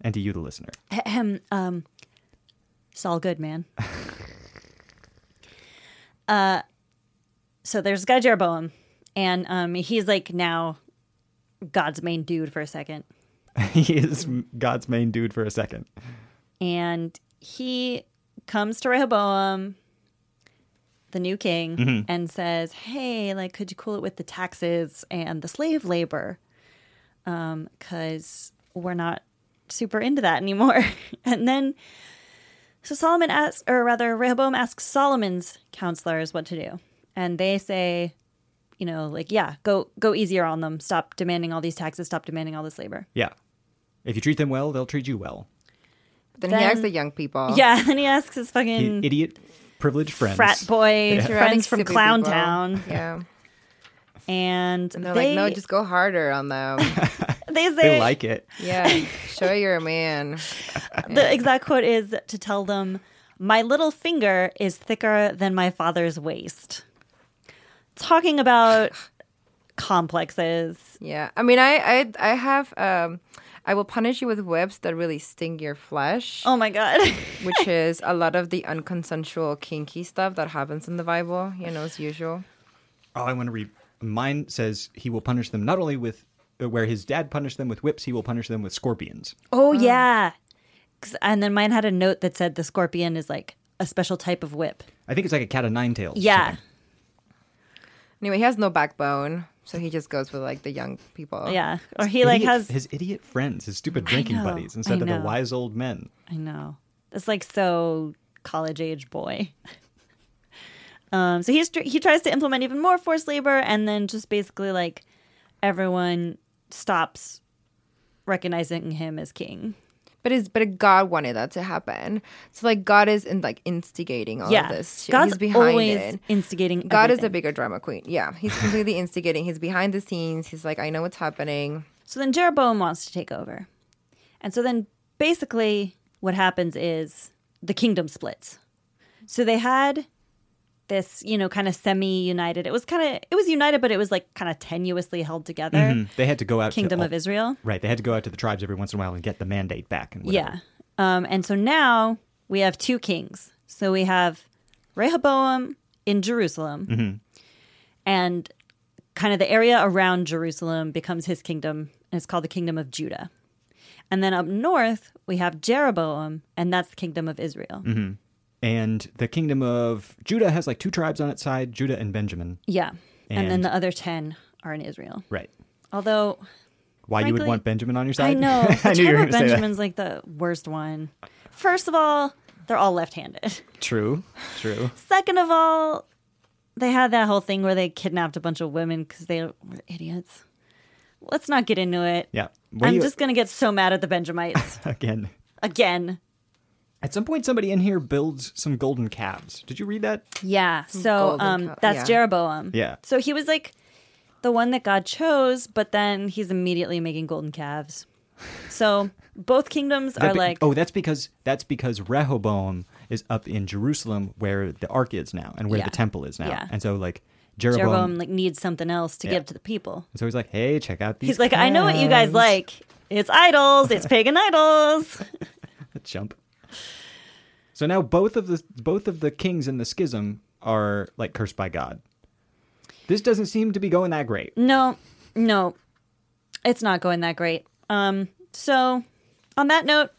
[SPEAKER 1] and to you, the listener.
[SPEAKER 2] Ahem, um, it's all good, man. uh, so there's this guy Jeroboam, and um, he's like now God's main dude for a second,
[SPEAKER 1] he is God's main dude for a second.
[SPEAKER 2] and he comes to Rehoboam, the new king, and says, "Hey, like, could you cool it with the taxes and the slave labor? Because we're not super into that anymore." and then, so Solomon asks, or rather, Rehoboam asks Solomon's counselors what to do, and they say, "You know, like, yeah, go go easier on them. Stop demanding all these taxes. Stop demanding all this labor."
[SPEAKER 1] Yeah. If you treat them well, they'll treat you well.
[SPEAKER 3] But then, he
[SPEAKER 2] Then-
[SPEAKER 3] asks the young people.
[SPEAKER 2] Yeah, and he asks his fucking
[SPEAKER 1] I- Idiot, privileged friends.
[SPEAKER 2] frat boy
[SPEAKER 3] Neurotic,
[SPEAKER 2] friends from
[SPEAKER 3] stupid
[SPEAKER 2] Clown
[SPEAKER 3] people.
[SPEAKER 2] Town,
[SPEAKER 3] Yeah,
[SPEAKER 2] and,
[SPEAKER 3] and
[SPEAKER 2] they
[SPEAKER 3] they're like, "No, just go harder on them."
[SPEAKER 2] they say
[SPEAKER 1] They like it.
[SPEAKER 3] yeah, show you're a man.
[SPEAKER 2] the exact quote is to tell them, "My little finger is thicker than my father's waist." Talking about complexes,
[SPEAKER 3] Yeah, I mean, I, I, I have. Um, I will punish you with whips that really sting your flesh,
[SPEAKER 2] oh my god,
[SPEAKER 3] which is a lot of the unconsensual, kinky stuff that happens in the Bible. You know, as usual.
[SPEAKER 1] Oh, I want to read. Mine says he will punish them not only with uh, where his dad punished them with whips, he will punish them with scorpions.
[SPEAKER 2] oh yeah. 'Cause- And then mine had a note that said the scorpion is like a special type of whip.
[SPEAKER 1] I think it's like a cat of nine tails. or
[SPEAKER 2] Yeah,
[SPEAKER 1] something.
[SPEAKER 3] Anyway, he has no backbone, so he just goes with like the young people.
[SPEAKER 2] yeah. Or he like
[SPEAKER 1] Idiot-
[SPEAKER 2] has
[SPEAKER 1] his idiot friends, his stupid drinking
[SPEAKER 2] know,
[SPEAKER 1] buddies,
[SPEAKER 2] I
[SPEAKER 1] instead of the
[SPEAKER 2] know.
[SPEAKER 1] wise old men.
[SPEAKER 2] I know. That's like so college age boy. um, so he's tr- he tries to implement even more forced labor, and then just basically like everyone stops recognizing him as king.
[SPEAKER 3] But it's but God wanted that to happen. So like God is in like instigating all
[SPEAKER 2] yeah,
[SPEAKER 3] of this. Shit.
[SPEAKER 2] God's
[SPEAKER 3] He's behind
[SPEAKER 2] always
[SPEAKER 3] it.
[SPEAKER 2] instigating.
[SPEAKER 3] God is
[SPEAKER 2] everything.
[SPEAKER 3] the bigger drama queen. Yeah, he's completely instigating. He's behind the scenes. He's like, I know what's happening.
[SPEAKER 2] So then Jeroboam wants to take over. And so then basically what happens is the kingdom splits. So they had this, you know, kind of semi united. It was kind of it was united but it was like kind of tenuously held together.
[SPEAKER 1] Mm, They had to go out
[SPEAKER 2] Kingdom
[SPEAKER 1] to all-
[SPEAKER 2] of Israel.
[SPEAKER 1] Right, they had to go out to the tribes every once in a while and get the mandate back and whatever.
[SPEAKER 2] Yeah. Um, and so now we have two kings. So we have Rehoboam in Jerusalem,
[SPEAKER 1] Mm-hmm.
[SPEAKER 2] and kind of the area around Jerusalem becomes his kingdom, and it's called the Kingdom of Judah. And then up north, we have Jeroboam, and that's the Kingdom of Israel.
[SPEAKER 1] Mm-hmm. And the kingdom of Judah has like two tribes on its side, Judah and Benjamin.
[SPEAKER 2] Yeah. And, then
[SPEAKER 1] And-
[SPEAKER 2] the other 10 are in Israel.
[SPEAKER 1] Right.
[SPEAKER 2] Although,
[SPEAKER 1] Why you would
[SPEAKER 2] Frankly,
[SPEAKER 1] want Benjamin on your
[SPEAKER 2] I
[SPEAKER 1] side?
[SPEAKER 2] know, the
[SPEAKER 1] I knew you were
[SPEAKER 2] tribe of
[SPEAKER 1] going to say that.
[SPEAKER 2] Benjamin's like the worst one. First of all, they're all left handed.
[SPEAKER 1] True. True.
[SPEAKER 2] Second of all, they had that whole thing where they kidnapped a bunch of women because they were idiots. Let's not get into it.
[SPEAKER 1] Yeah. What do
[SPEAKER 2] I'm
[SPEAKER 1] you-
[SPEAKER 2] just going to get so mad at the Benjamites
[SPEAKER 1] again.
[SPEAKER 2] again.
[SPEAKER 1] At some point, somebody in here builds some golden calves. Did you read that?
[SPEAKER 2] Yeah. So
[SPEAKER 3] golden
[SPEAKER 2] um,
[SPEAKER 3] cow-
[SPEAKER 2] that's
[SPEAKER 3] yeah.
[SPEAKER 2] Jeroboam.
[SPEAKER 1] Yeah.
[SPEAKER 2] So he was like the one that God chose, but then he's immediately making golden calves. So both kingdoms
[SPEAKER 1] That
[SPEAKER 2] are
[SPEAKER 1] be-
[SPEAKER 2] like,
[SPEAKER 1] oh, that's because that's because Rehoboam is up in Jerusalem where the ark is now and where
[SPEAKER 2] Yeah.
[SPEAKER 1] the temple is now,
[SPEAKER 2] Yeah.
[SPEAKER 1] and so like Jeroboam,
[SPEAKER 2] Jeroboam like needs something else to give to the people.
[SPEAKER 1] and so he's like, hey, check out these.
[SPEAKER 2] He's like, I know what you guys
[SPEAKER 1] calves."
[SPEAKER 2] like. It's idols. It's pagan idols.
[SPEAKER 1] Jump. So now both of the both of the kings in the schism are like cursed by God. This doesn't seem to be going that great.
[SPEAKER 2] No, no, it's not going that great. Um, so on that note,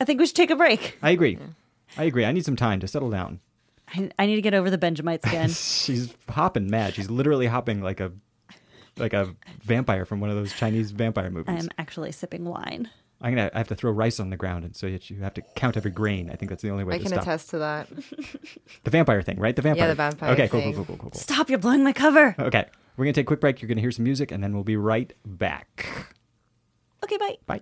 [SPEAKER 2] I think we should take a break.
[SPEAKER 1] I agree.
[SPEAKER 2] Mm-hmm.
[SPEAKER 1] I agree. I need some time to settle down.
[SPEAKER 2] I, I need to get over the Benjamites again.
[SPEAKER 1] She's hopping mad. She's literally hopping like a like a vampire from one of those Chinese vampire movies.
[SPEAKER 2] I'm actually sipping wine.
[SPEAKER 1] I'm gonna I have to throw rice on the ground, and so you you have to count every grain. I think that's the only way
[SPEAKER 3] I
[SPEAKER 1] to
[SPEAKER 3] can
[SPEAKER 1] stop
[SPEAKER 3] attest to that.
[SPEAKER 1] the vampire thing, right? The vampire.
[SPEAKER 3] the vampire
[SPEAKER 1] Okay, cool,
[SPEAKER 3] thing.
[SPEAKER 1] cool, cool, cool, cool,
[SPEAKER 2] Stop! You're blowing my cover.
[SPEAKER 1] cool. Okay, we're gonna take a quick break. You're gonna hear some music, and then we'll be right back.
[SPEAKER 2] Okay, bye.
[SPEAKER 1] Bye.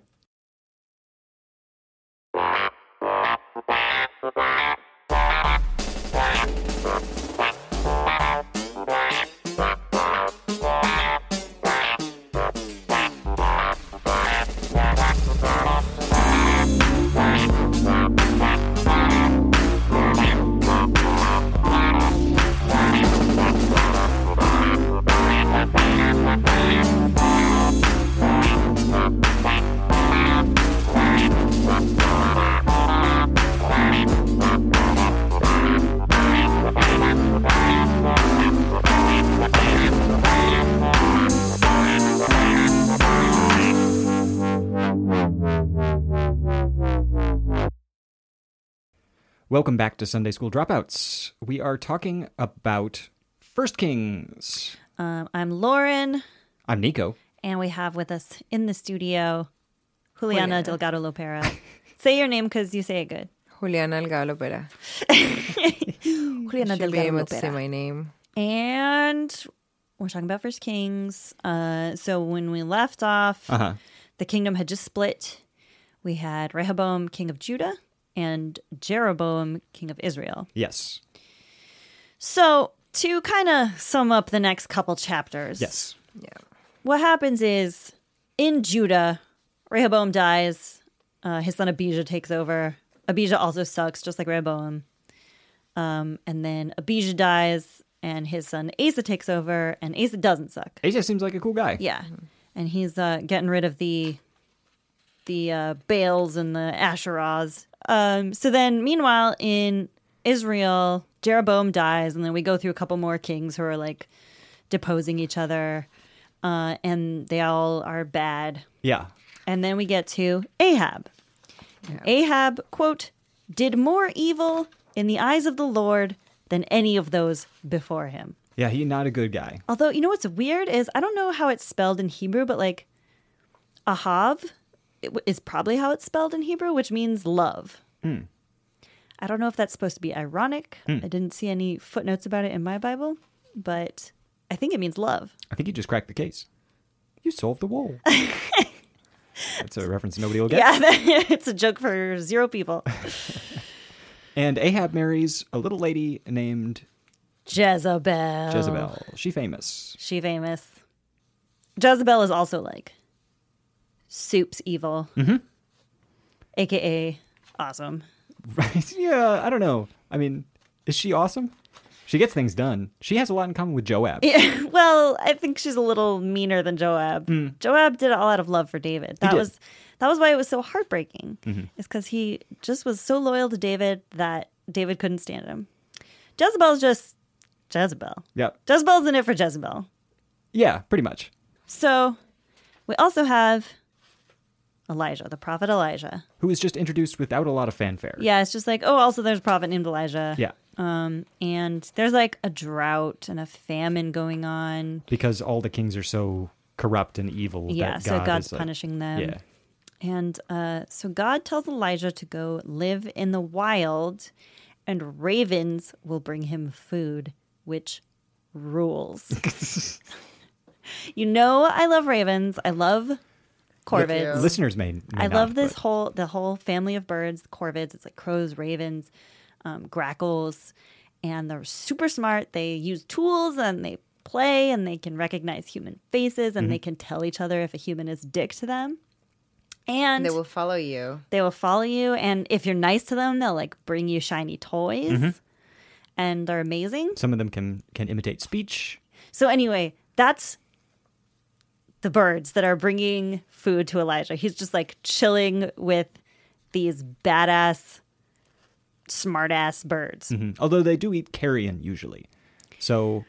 [SPEAKER 1] Welcome back to Sunday School Dropouts. We are talking about First Kings.
[SPEAKER 2] Um, I'm Lauren,
[SPEAKER 1] I'm Nico.
[SPEAKER 2] and we have with us in the studio Juliana Delgado Lopera. say your name because you say it good.
[SPEAKER 3] Juliana Algalo Pera.
[SPEAKER 2] Juliana
[SPEAKER 3] Should be
[SPEAKER 2] Delgado
[SPEAKER 3] able to say
[SPEAKER 2] Lopera.
[SPEAKER 3] my name.
[SPEAKER 2] And we're talking about First Kings. Uh, so when we left off,
[SPEAKER 1] Uh huh.
[SPEAKER 2] the kingdom had just split. We had Rehoboam, king of Judah, and Jeroboam, king of Israel.
[SPEAKER 1] Yes.
[SPEAKER 2] So, to kind of sum up the next couple chapters,
[SPEAKER 1] Yes.
[SPEAKER 3] Yeah.
[SPEAKER 2] what happens is in Judah, Rehoboam dies. Uh, his son Abijah takes over. Abijah also sucks, just like Rehoboam. Um, and then Abijah dies, and his son Asa takes over, and Asa doesn't suck.
[SPEAKER 1] AJ seems like a cool guy.
[SPEAKER 2] Yeah, Mm-hmm. and he's uh, getting rid of the the uh, Baals and the Asherahs. Um, so then, meanwhile, in Israel, Jeroboam dies, and then we go through a couple more kings who are like deposing each other, uh, and they all are bad.
[SPEAKER 1] Yeah.
[SPEAKER 2] And then we get to Ahab. And Ahab, quote, did more evil in the eyes of the Lord than any of those before him.
[SPEAKER 1] Yeah. He not a good guy.
[SPEAKER 2] Although, you know what's weird is I don't know how it's spelled in Hebrew, but like Ahav i- is probably how it's spelled in Hebrew, which means love. I don't know if that's supposed to be ironic. I didn't see any footnotes about it in my Bible, but I think it means love.
[SPEAKER 1] I think you just cracked the case. You solved the wall. That's a reference nobody will get.
[SPEAKER 2] Yeah, it's a joke for zero people.
[SPEAKER 1] And Ahab marries a little lady named
[SPEAKER 2] Jezebel.
[SPEAKER 1] Jezebel. She famous.
[SPEAKER 2] She famous. Jezebel is also like soup's evil, aka awesome.
[SPEAKER 1] Right? Yeah, I don't know. I mean, is she awesome? She gets things done. She has a lot in common with Joab.
[SPEAKER 2] Yeah, well, I think she's a little meaner than Joab. Joab did it all out of love for David.
[SPEAKER 1] Hmm. did.
[SPEAKER 2] That
[SPEAKER 1] Mm-hmm.
[SPEAKER 2] was that was why it was so heartbreaking. It's because he just was so loyal to David that David couldn't stand him. Jezebel's just Jezebel.
[SPEAKER 1] Yeah.
[SPEAKER 2] Jezebel's in it for Jezebel.
[SPEAKER 1] Yeah, pretty much.
[SPEAKER 2] So we also have Elijah, the prophet Elijah.
[SPEAKER 1] Who was just introduced without a lot of fanfare.
[SPEAKER 2] Yeah, it's just like, oh, also there's a prophet named Elijah.
[SPEAKER 1] Yeah.
[SPEAKER 2] Um, and there's like a drought and a famine going on.
[SPEAKER 1] Because all the kings are so corrupt and evil. that
[SPEAKER 2] yeah, so
[SPEAKER 1] God
[SPEAKER 2] God's
[SPEAKER 1] is like-
[SPEAKER 2] punishing them.
[SPEAKER 1] Yeah.
[SPEAKER 2] And uh, so God tells Elijah to go live in the wild, and ravens will bring him food, which rules. you know, I love ravens. I love corvids.
[SPEAKER 1] Listeners may, may
[SPEAKER 2] I
[SPEAKER 1] not,
[SPEAKER 2] love this
[SPEAKER 1] but-
[SPEAKER 2] whole the whole family of birds, corvids. It's like crows, ravens, um, grackles, and they're super smart. They use tools and they play and they can recognize human faces
[SPEAKER 1] Mm-hmm.
[SPEAKER 2] and they can tell each other if a human is dick to them. And
[SPEAKER 3] They will follow you.
[SPEAKER 2] they will follow you, and if you're nice to them, they'll like bring you shiny toys,
[SPEAKER 1] Mm-hmm.
[SPEAKER 2] and they're amazing.
[SPEAKER 1] Some of them can can imitate speech.
[SPEAKER 2] So anyway, that's the birds that are bringing food to Elijah. He's just like chilling with these badass, smartass birds.
[SPEAKER 1] Mhm. Although they do eat carrion usually. So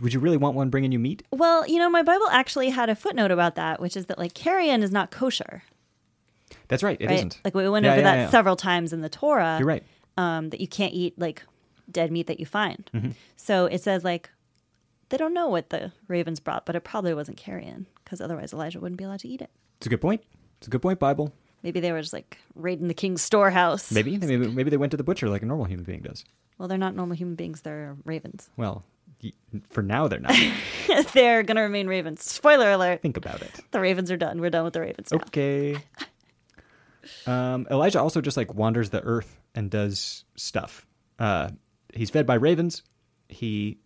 [SPEAKER 1] would you really want one bringing you meat?
[SPEAKER 2] Well, you know, my Bible actually had a footnote about that, which is that like carrion is not kosher,
[SPEAKER 1] That's right. It
[SPEAKER 2] right?
[SPEAKER 1] not
[SPEAKER 2] Like we went over that several times in the Torah.
[SPEAKER 1] You're right.
[SPEAKER 2] Um, that you can't eat like dead meat that you find. So it says like they don't know what the ravens brought, but it probably wasn't carrion because otherwise Elijah wouldn't be allowed to eat it.
[SPEAKER 1] It's a good point. It's a good point, Bible.
[SPEAKER 2] Maybe they were just like raiding the king's storehouse.
[SPEAKER 1] Maybe they- maybe, maybe they went to the butcher like a normal human being does.
[SPEAKER 2] Well, they're not normal human beings. They're ravens.
[SPEAKER 1] Well, y- for now they're not.
[SPEAKER 2] they're going to remain ravens. Spoiler alert.
[SPEAKER 1] Think about it.
[SPEAKER 2] The ravens are done. We're done with the ravens
[SPEAKER 1] Oh.
[SPEAKER 2] now.
[SPEAKER 1] Okay. Um, Elijah also just like wanders the earth and does stuff. Uh, he's fed by ravens. He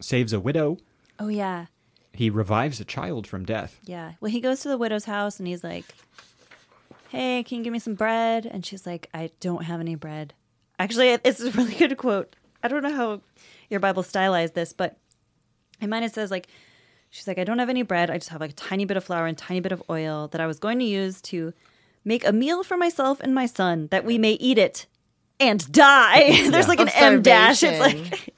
[SPEAKER 1] saves a widow.
[SPEAKER 2] Oh, yeah.
[SPEAKER 1] He revives a child from death.
[SPEAKER 2] Yeah. Well, he goes to the widow's house and he's like, hey, can you give me some bread? And she's like, I don't have any bread. Actually, it- it's a really good quote. I don't know how your Bible stylized this, but in mine it says, like, she's like, I don't have any bread. I just have like a tiny bit of flour and tiny bit of oil that I was going to use to make a meal for myself and my son that we may eat it and die. There's like an
[SPEAKER 3] Of
[SPEAKER 2] M dash. It's
[SPEAKER 3] starvation.
[SPEAKER 2] like,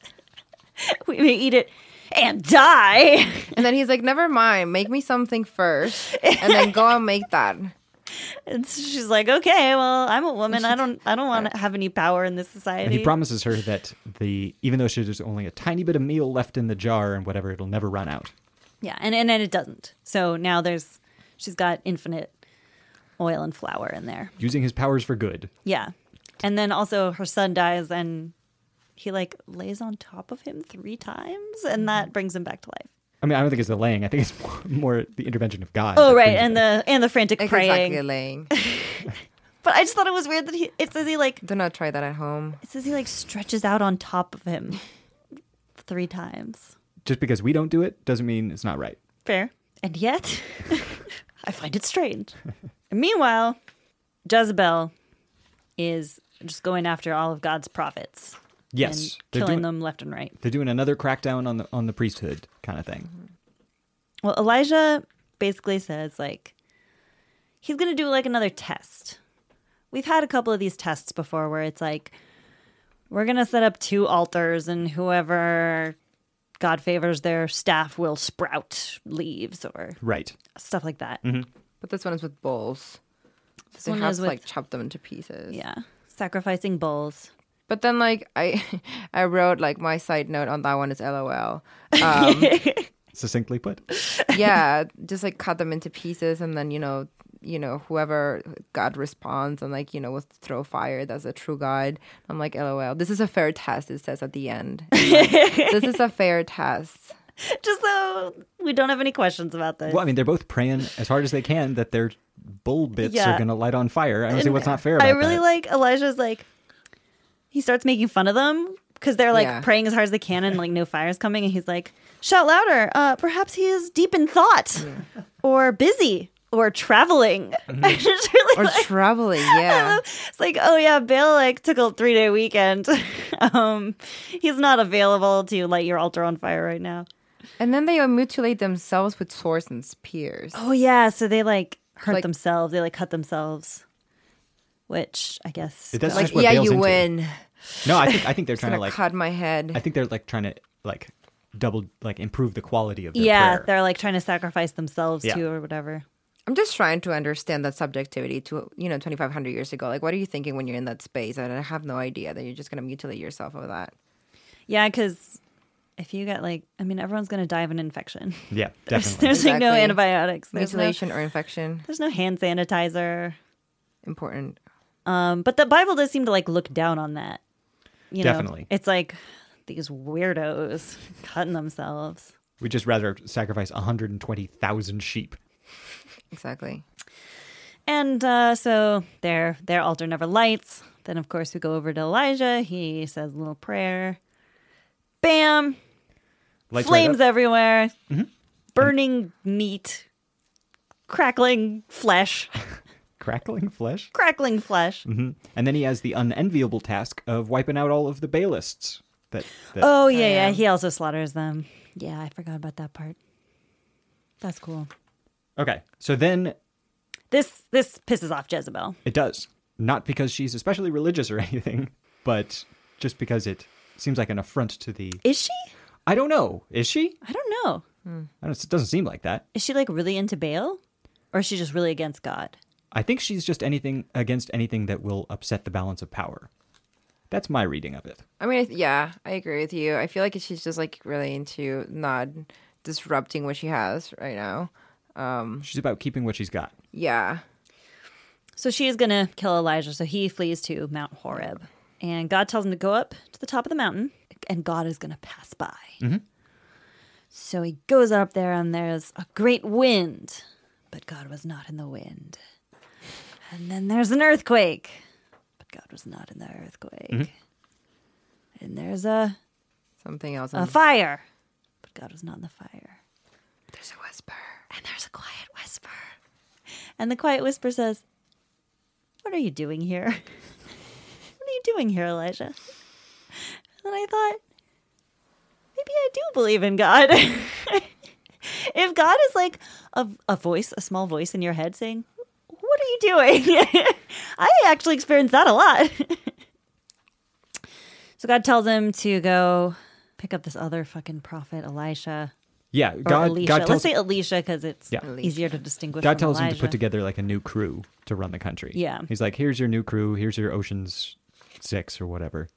[SPEAKER 2] we may eat it and die.
[SPEAKER 3] And then he's like, never mind, make me something first. And then go and make that.
[SPEAKER 2] And so she's like, "Okay, well, I'm a woman. I don't, I don't want to have any power in this
[SPEAKER 1] And
[SPEAKER 2] society."
[SPEAKER 1] he promises her that the even though she there's only a tiny bit of meal left in the jar and whatever, it'll never run out.
[SPEAKER 2] yeah, and, and and it doesn't. So now there's, she's got infinite oil and flour in there.
[SPEAKER 1] Using his powers for good.
[SPEAKER 2] Yeah, and then also her son dies, and he like lays on top of him three times, and that brings him back to life.
[SPEAKER 1] I mean, I don't think it's the laying. I think it's more, more the intervention of God.
[SPEAKER 2] Oh
[SPEAKER 1] that
[SPEAKER 2] right,
[SPEAKER 1] brings
[SPEAKER 2] and
[SPEAKER 1] it.
[SPEAKER 2] the and the frantic praying.
[SPEAKER 3] Exactly, Elaine.
[SPEAKER 2] But I just thought it was weird that he. It says he like
[SPEAKER 3] Do not try that at home.
[SPEAKER 2] it says he like stretches out on top of him three times.
[SPEAKER 1] just because we don't do it doesn't mean it's not right.
[SPEAKER 2] Fair. And yet, I find it strange. And meanwhile, Jezebel is just going after all of God's prophets
[SPEAKER 1] Yes,
[SPEAKER 2] and killing
[SPEAKER 1] doing,
[SPEAKER 2] them left and right.
[SPEAKER 1] They're doing another crackdown on the on the priesthood kind of thing.
[SPEAKER 2] Mm-hmm. Well, Elijah basically says, like, he's going to do like another test. We've had a couple of these tests before where it's like, we're going to set up two altars and whoever God favors their staff will sprout leaves or
[SPEAKER 1] Right.
[SPEAKER 2] stuff like that.
[SPEAKER 1] Mm-hmm.
[SPEAKER 3] But this one is with bowls.
[SPEAKER 2] This
[SPEAKER 3] They
[SPEAKER 2] one
[SPEAKER 3] have
[SPEAKER 2] is
[SPEAKER 3] to
[SPEAKER 2] with,
[SPEAKER 3] like chop them into pieces.
[SPEAKER 2] yeah, sacrificing bulls.
[SPEAKER 3] But then like I I wrote like my side note on that one is LOL. Um,
[SPEAKER 1] Succinctly put.
[SPEAKER 3] yeah, just like cut them into pieces and then, you know, you know, whoever God responds and like, you know, was throw fire, that's a true God. I'm like, LOL. This is a fair test, it says at the end. I'm like, this is a fair test.
[SPEAKER 2] Just so we don't have any questions about this.
[SPEAKER 1] Well, I mean, they're both praying as hard as they can that their bull bits
[SPEAKER 2] Yeah.
[SPEAKER 1] are going to light on fire. I don't see
[SPEAKER 2] And
[SPEAKER 1] what's not fair about
[SPEAKER 2] I really
[SPEAKER 1] that.
[SPEAKER 2] like Elijah's like he starts making fun of them because they're like
[SPEAKER 3] Yeah.
[SPEAKER 2] praying as hard as they can and like no fire's coming and he's like shout louder uh perhaps he is deep in thought or busy or traveling
[SPEAKER 1] Mm-hmm.
[SPEAKER 2] I just really
[SPEAKER 3] Or
[SPEAKER 2] like-
[SPEAKER 3] traveling, yeah.
[SPEAKER 2] it's like oh yeah Bill like took a three day weekend um he's not available to light your altar on fire right now
[SPEAKER 3] And then they mutilate themselves with swords and spears.
[SPEAKER 2] oh yeah so they like hurt
[SPEAKER 3] Like-
[SPEAKER 2] themselves they like cut themselves which I guess
[SPEAKER 1] It does- That's
[SPEAKER 3] like,
[SPEAKER 1] just what
[SPEAKER 3] yeah,
[SPEAKER 1] Bale's
[SPEAKER 3] you
[SPEAKER 1] into.
[SPEAKER 3] win.
[SPEAKER 1] No, I think I think they're
[SPEAKER 3] I'm
[SPEAKER 1] trying
[SPEAKER 3] gonna
[SPEAKER 1] to like
[SPEAKER 3] cut my
[SPEAKER 1] I
[SPEAKER 3] head.
[SPEAKER 1] think they're like trying to like double like improve the quality of their
[SPEAKER 2] yeah
[SPEAKER 1] prayer.
[SPEAKER 2] they're like trying to sacrifice themselves
[SPEAKER 1] Yeah.
[SPEAKER 2] too or whatever
[SPEAKER 3] I'm just trying to understand that subjectivity to you know 2,500 years ago. Like, what are you thinking when you're in that space? And I have no idea that you're just gonna mutilate yourself over that.
[SPEAKER 2] yeah because if you get like i mean everyone's gonna die of an infection
[SPEAKER 1] yeah,
[SPEAKER 2] there's,
[SPEAKER 1] definitely.
[SPEAKER 2] like no
[SPEAKER 3] Exactly.
[SPEAKER 2] antibiotics there's no,
[SPEAKER 3] Mutilation or infection,
[SPEAKER 2] there's no hand sanitizer
[SPEAKER 3] important.
[SPEAKER 2] um but the bible does seem to like look down on that you know?
[SPEAKER 1] Definitely.
[SPEAKER 2] it's like these weirdos cutting themselves
[SPEAKER 1] We'd just rather sacrifice 120,000 sheep.
[SPEAKER 3] Exactly.
[SPEAKER 2] and uh so their their altar never lights then of course we go over to elijah he says a little prayer bam
[SPEAKER 1] Lights right
[SPEAKER 2] flames
[SPEAKER 1] up.
[SPEAKER 2] everywhere, burning meat, crackling flesh,
[SPEAKER 1] crackling flesh.
[SPEAKER 2] crackling flesh.
[SPEAKER 1] Mm-hmm. And then he has the unenviable task of wiping out all of the Baalists. That, that
[SPEAKER 2] Oh yeah, yeah. He also slaughters them. Yeah, I forgot about that part. That's cool. Oh.
[SPEAKER 1] okay, so then
[SPEAKER 2] This this pisses off Jezebel.
[SPEAKER 1] it does not because she's especially religious or anything, but just because it seems like an affront to the.
[SPEAKER 2] Is she?
[SPEAKER 1] I don't know. Is she?
[SPEAKER 2] I don't know.
[SPEAKER 1] I don't, it doesn't seem like that.
[SPEAKER 2] Is she like really into Baal, or is she just really against God?
[SPEAKER 1] I think she's just anything against anything that will upset the balance of power. That's my reading of it.
[SPEAKER 3] I mean, I th- yeah, I agree with you. I feel like she's just like really into not disrupting what she has right now.
[SPEAKER 1] She's about keeping what she's got.
[SPEAKER 3] Yeah.
[SPEAKER 2] So she is gonna kill Elijah. So he flees to Mount Horeb, and God tells him to go up to the top of the mountain, and God is gonna pass by. So he goes up there, and there's a great wind, but God was not in the wind. And then there's an earthquake, but God was not in the earthquake. And there's a,
[SPEAKER 3] Something else.
[SPEAKER 2] a fire, but God was not in the fire.
[SPEAKER 3] There's a whisper.
[SPEAKER 2] And there's a quiet whisper. And the quiet whisper says, What are you doing here? what are you doing here, Elijah? And then I thought, Maybe I do believe in God. if God is like a, a voice, a small voice in your head saying, What are you doing? I actually experienced that a lot. so God tells him to go pick up this other fucking prophet, Elisha
[SPEAKER 1] Yeah,
[SPEAKER 2] or
[SPEAKER 1] God.
[SPEAKER 2] Alicia.
[SPEAKER 1] God
[SPEAKER 2] Let's
[SPEAKER 1] tells,
[SPEAKER 2] say Alicia because it's
[SPEAKER 1] Yeah.
[SPEAKER 2] easier to distinguish.
[SPEAKER 1] God
[SPEAKER 2] from
[SPEAKER 1] tells him to
[SPEAKER 2] Elijah.
[SPEAKER 1] put together like a new crew to run the country.
[SPEAKER 2] Yeah.
[SPEAKER 1] He's like, here's your new crew. Here's your Ocean's Six or whatever.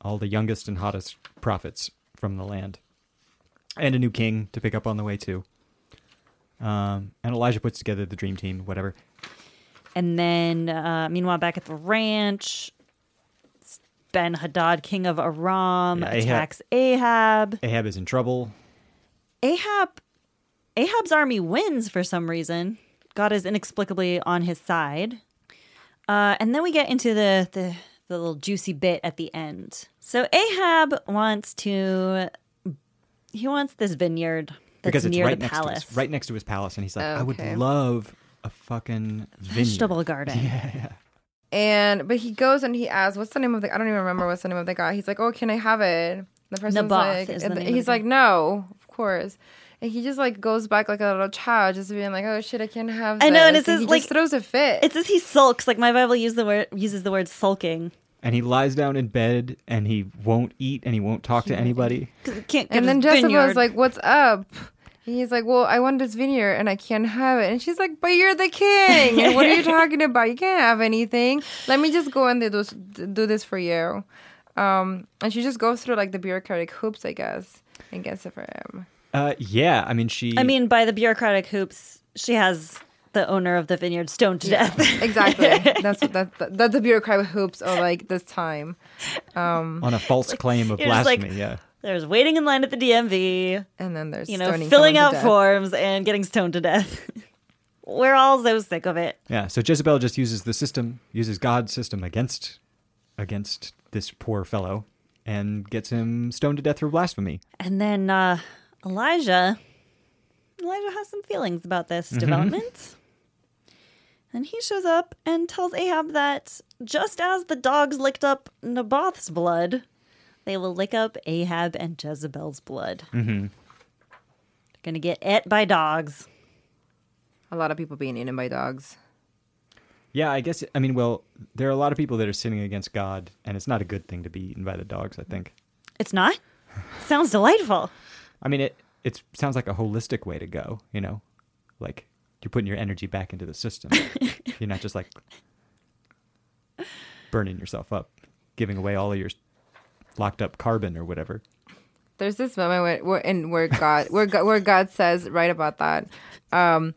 [SPEAKER 1] All the youngest and hottest prophets from the land. And a new king to pick up on the way, too. Um, and Elijah puts together the dream team, whatever.
[SPEAKER 2] And then, uh, meanwhile, back at the ranch, Ben Hadad, king of Aram,
[SPEAKER 1] Yeah, Ahab-
[SPEAKER 2] attacks Ahab.
[SPEAKER 1] Ahab is in trouble.
[SPEAKER 2] Ahab, Ahab's army wins for some reason. God is inexplicably on his side. Uh, and then we get into the, the the little juicy bit at the end. So Ahab wants to he wants this vineyard that's
[SPEAKER 1] because it's
[SPEAKER 2] near
[SPEAKER 1] right
[SPEAKER 2] the
[SPEAKER 1] next
[SPEAKER 2] palace,
[SPEAKER 1] to his, right next to his palace, and he's like, I would
[SPEAKER 3] Okay.
[SPEAKER 1] love a fucking vineyard.
[SPEAKER 2] vegetable garden.
[SPEAKER 3] And but he goes and he asks, "What's the name of the?" I don't even remember what's the name of the guy. He's like, "Oh, can I have it?" And The person's
[SPEAKER 2] Naboth
[SPEAKER 3] like,
[SPEAKER 2] is the
[SPEAKER 3] and
[SPEAKER 2] name of
[SPEAKER 3] he's
[SPEAKER 2] the
[SPEAKER 3] like, "No, of course." And he just like goes back like a little child, just being like, "Oh shit, I can't have."
[SPEAKER 2] I know, and
[SPEAKER 3] this."
[SPEAKER 2] it's just,
[SPEAKER 3] he
[SPEAKER 2] like-
[SPEAKER 3] just throws a fit.
[SPEAKER 2] It says he sulks. Like my Bible uses the word uses the word sulking.
[SPEAKER 1] And he lies down in bed, and he won't eat, and he won't talk to anybody.
[SPEAKER 2] Cause it can't get
[SPEAKER 3] and
[SPEAKER 2] his
[SPEAKER 3] then Jezebel's
[SPEAKER 2] vineyard.
[SPEAKER 3] like, "What's up?" And he's like, "Well, I want this vineyard and I can't have it." And she's like, "But you're the king. And what are you talking about? You can't have anything. Let me just go and do this, do this for you." Um, and she just goes through like the bureaucratic hoops, I guess, and gets it for him.
[SPEAKER 1] Uh, yeah, I mean, she.
[SPEAKER 2] I mean, by the bureaucratic hoops, she has the owner of the vineyard stoned to death.
[SPEAKER 3] exactly. That's what that, that, that's the bureaucratic hoops of like this time.
[SPEAKER 1] on a false claim of
[SPEAKER 2] you're just like-
[SPEAKER 1] blasphemy. yeah.
[SPEAKER 2] There's waiting in line at the DMV,
[SPEAKER 3] And then there's
[SPEAKER 2] you know,
[SPEAKER 3] stoning
[SPEAKER 2] filling
[SPEAKER 3] someone
[SPEAKER 2] out
[SPEAKER 3] to death.
[SPEAKER 2] forms and getting stoned to death. We're all so sick of it.
[SPEAKER 1] Yeah. So Jezebel just uses the system, uses God's system against against this poor fellow and gets him stoned to death for blasphemy.
[SPEAKER 2] And then uh, Elijah, Elijah has some feelings about this development. And he shows up and tells Ahab that just as the dogs licked up Naboth's blood, they will lick up Ahab and Jezebel's blood. Mm-hmm. They're going to get et by dogs.
[SPEAKER 3] A lot of people being eaten by dogs.
[SPEAKER 1] Yeah, I guess I mean, well, there are a lot of people that are sinning against God and it's not a good thing to be eaten by the dogs, I think.
[SPEAKER 2] It's not? Sounds delightful.
[SPEAKER 1] I mean, it it sounds like a holistic way to go, you know? Like you're putting your energy back into the system. you're not just like burning yourself up, giving away all of your locked up carbon or whatever.
[SPEAKER 3] There's this moment where, where in where God where God, where God says right about that. Um,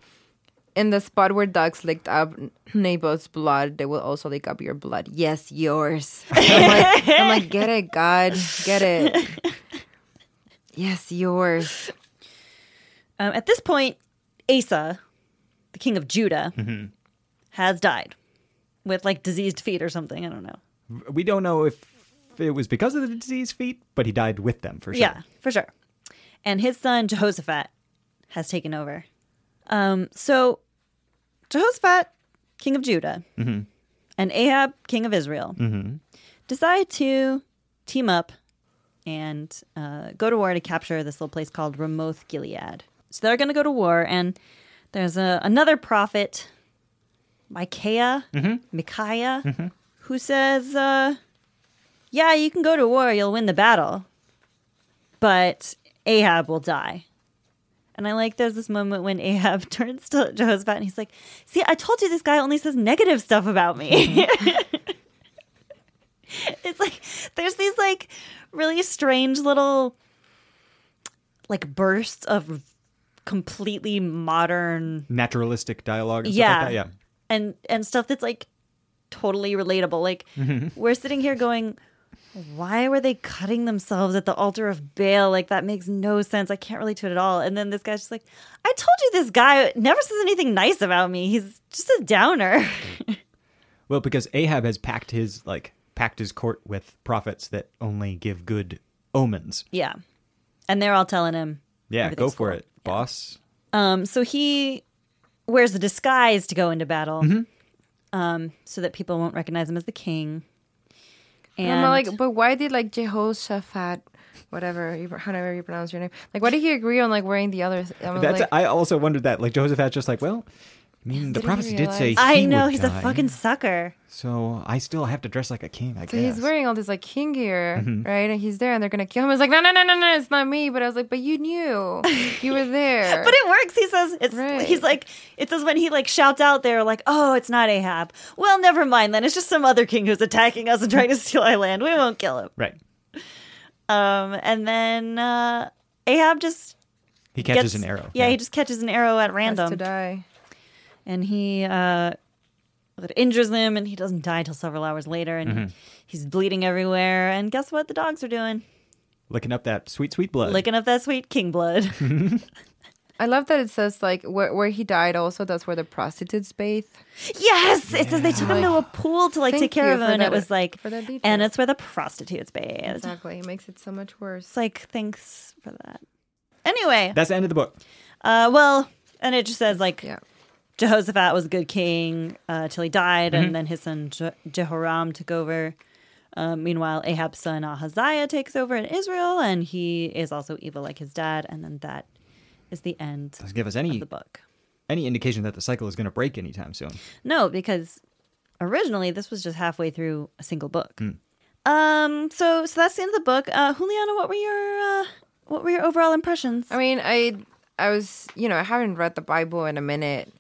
[SPEAKER 3] in the spot where dogs licked up Naboth's blood, they will also lick up your blood. Yes, yours. I'm like, I'm like, get it, God, get it. Yes, yours.
[SPEAKER 2] Um, at this point, Asa, the king of Judah, has died with like diseased feet or something. I don't know.
[SPEAKER 1] we don't know if it was because of the diseased feet, but he died with them for sure.
[SPEAKER 2] Yeah, for sure. And his son Jehoshaphat has taken over. Um, so Jehoshaphat, king of Judah,
[SPEAKER 1] Mm-hmm.
[SPEAKER 2] and Ahab, king of Israel, decide to team up and uh, go to war to capture this little place called Ramoth Gilead. So they're going to go to war, and there's a, another prophet, Micaiah,
[SPEAKER 1] Mm-hmm.
[SPEAKER 2] Micaiah, who says, uh, "Yeah, you can go to war; you'll win the battle." but Ahab will die. And I like there's this moment when Ahab turns to Jehoshaphat and he's like, See, I told you this guy only says negative stuff about me. it's like there's these like really strange little like bursts of completely modern
[SPEAKER 1] Naturalistic dialogue and
[SPEAKER 2] yeah.
[SPEAKER 1] stuff like that.
[SPEAKER 2] And and stuff that's like totally relatable. Like
[SPEAKER 1] Mm-hmm.
[SPEAKER 2] we're sitting here going, why were they cutting themselves at the altar of Baal? Like that makes no sense. I can't relate to it at all. And then this guy's just like, I told you this guy never says anything nice about me. He's just a downer.
[SPEAKER 1] Yeah. Well, because Ahab has packed his like packed his court with prophets that only give good omens.
[SPEAKER 2] yeah. And they're all telling him.
[SPEAKER 1] Yeah, go
[SPEAKER 2] everything's
[SPEAKER 1] for
[SPEAKER 2] cool.
[SPEAKER 1] it, boss.
[SPEAKER 2] Um, so he wears a disguise to go into battle.
[SPEAKER 1] Mm-hmm.
[SPEAKER 2] Um, so that people won't recognize him as the king.
[SPEAKER 3] And I'm like, but why did like Jehoshaphat, whatever, you, however you pronounce your name, like why did he agree on like wearing the other? I'm
[SPEAKER 1] That's
[SPEAKER 3] like,
[SPEAKER 1] I also wondered that. Like Josephat just like, well, I mean, the
[SPEAKER 3] Didn't
[SPEAKER 1] prophecy did say
[SPEAKER 3] realize.
[SPEAKER 1] he
[SPEAKER 2] I know
[SPEAKER 1] would
[SPEAKER 2] he's
[SPEAKER 1] die,
[SPEAKER 2] a fucking sucker.
[SPEAKER 1] So I still have to dress like a king. I
[SPEAKER 3] so
[SPEAKER 1] guess
[SPEAKER 3] he's wearing all this like king gear,
[SPEAKER 2] Mm-hmm.
[SPEAKER 3] right? And he's there, and they're gonna kill him. I was like, no, no, no, no, no, it's not me. But I was like, but you knew, you were there.
[SPEAKER 2] But it works. He says it's
[SPEAKER 3] Right.
[SPEAKER 2] he's like it says when he like shouts out there like oh it's not Ahab. Well never mind then it's just some other king who's attacking us and trying to steal our land. We won't kill him.
[SPEAKER 1] right.
[SPEAKER 2] Um and then uh, Ahab just
[SPEAKER 1] He catches
[SPEAKER 2] gets-
[SPEAKER 1] an arrow.
[SPEAKER 2] Yeah, he just catches an arrow at
[SPEAKER 3] Has to
[SPEAKER 2] random
[SPEAKER 3] die.
[SPEAKER 2] and he uh, it injures him and he doesn't die till several hours later and
[SPEAKER 1] Mm-hmm.
[SPEAKER 2] he's bleeding everywhere and guess what the dogs are doing
[SPEAKER 1] licking up that sweet, sweet blood.
[SPEAKER 2] licking up that sweet king blood.
[SPEAKER 3] I love that it says like where, where he died. Also, that's where the prostitutes bathe.
[SPEAKER 2] Yes, it says they took him to a pool to like
[SPEAKER 3] Thank
[SPEAKER 2] take care
[SPEAKER 3] you
[SPEAKER 2] of him,
[SPEAKER 3] for
[SPEAKER 2] and it
[SPEAKER 3] that-
[SPEAKER 2] was like,
[SPEAKER 3] for that detail.
[SPEAKER 2] and it's where the prostitutes bathed.
[SPEAKER 3] Exactly, it makes it so much worse.
[SPEAKER 2] It's like thanks for that. Anyway,
[SPEAKER 1] That's the end of the book.
[SPEAKER 2] uh, well, and it just says like
[SPEAKER 3] Yeah.
[SPEAKER 2] Jehoshaphat was a good king uh, till he died, and then his son Je- Jehoram took over. Uh, meanwhile, Ahab's son Ahaziah takes over in Israel, and he is also evil like his dad. And then that is the end
[SPEAKER 1] Doesn't give us
[SPEAKER 2] of
[SPEAKER 1] any
[SPEAKER 2] the book.
[SPEAKER 1] any indication that the cycle is going to break anytime soon.
[SPEAKER 2] No, because originally this was just halfway through a single book.
[SPEAKER 1] Hmm.
[SPEAKER 2] Um. So so that's the end of the book. Uh, Juliana, what were your uh, what were your overall impressions?
[SPEAKER 3] I mean, I I was you know I haven't read the Bible in a minute,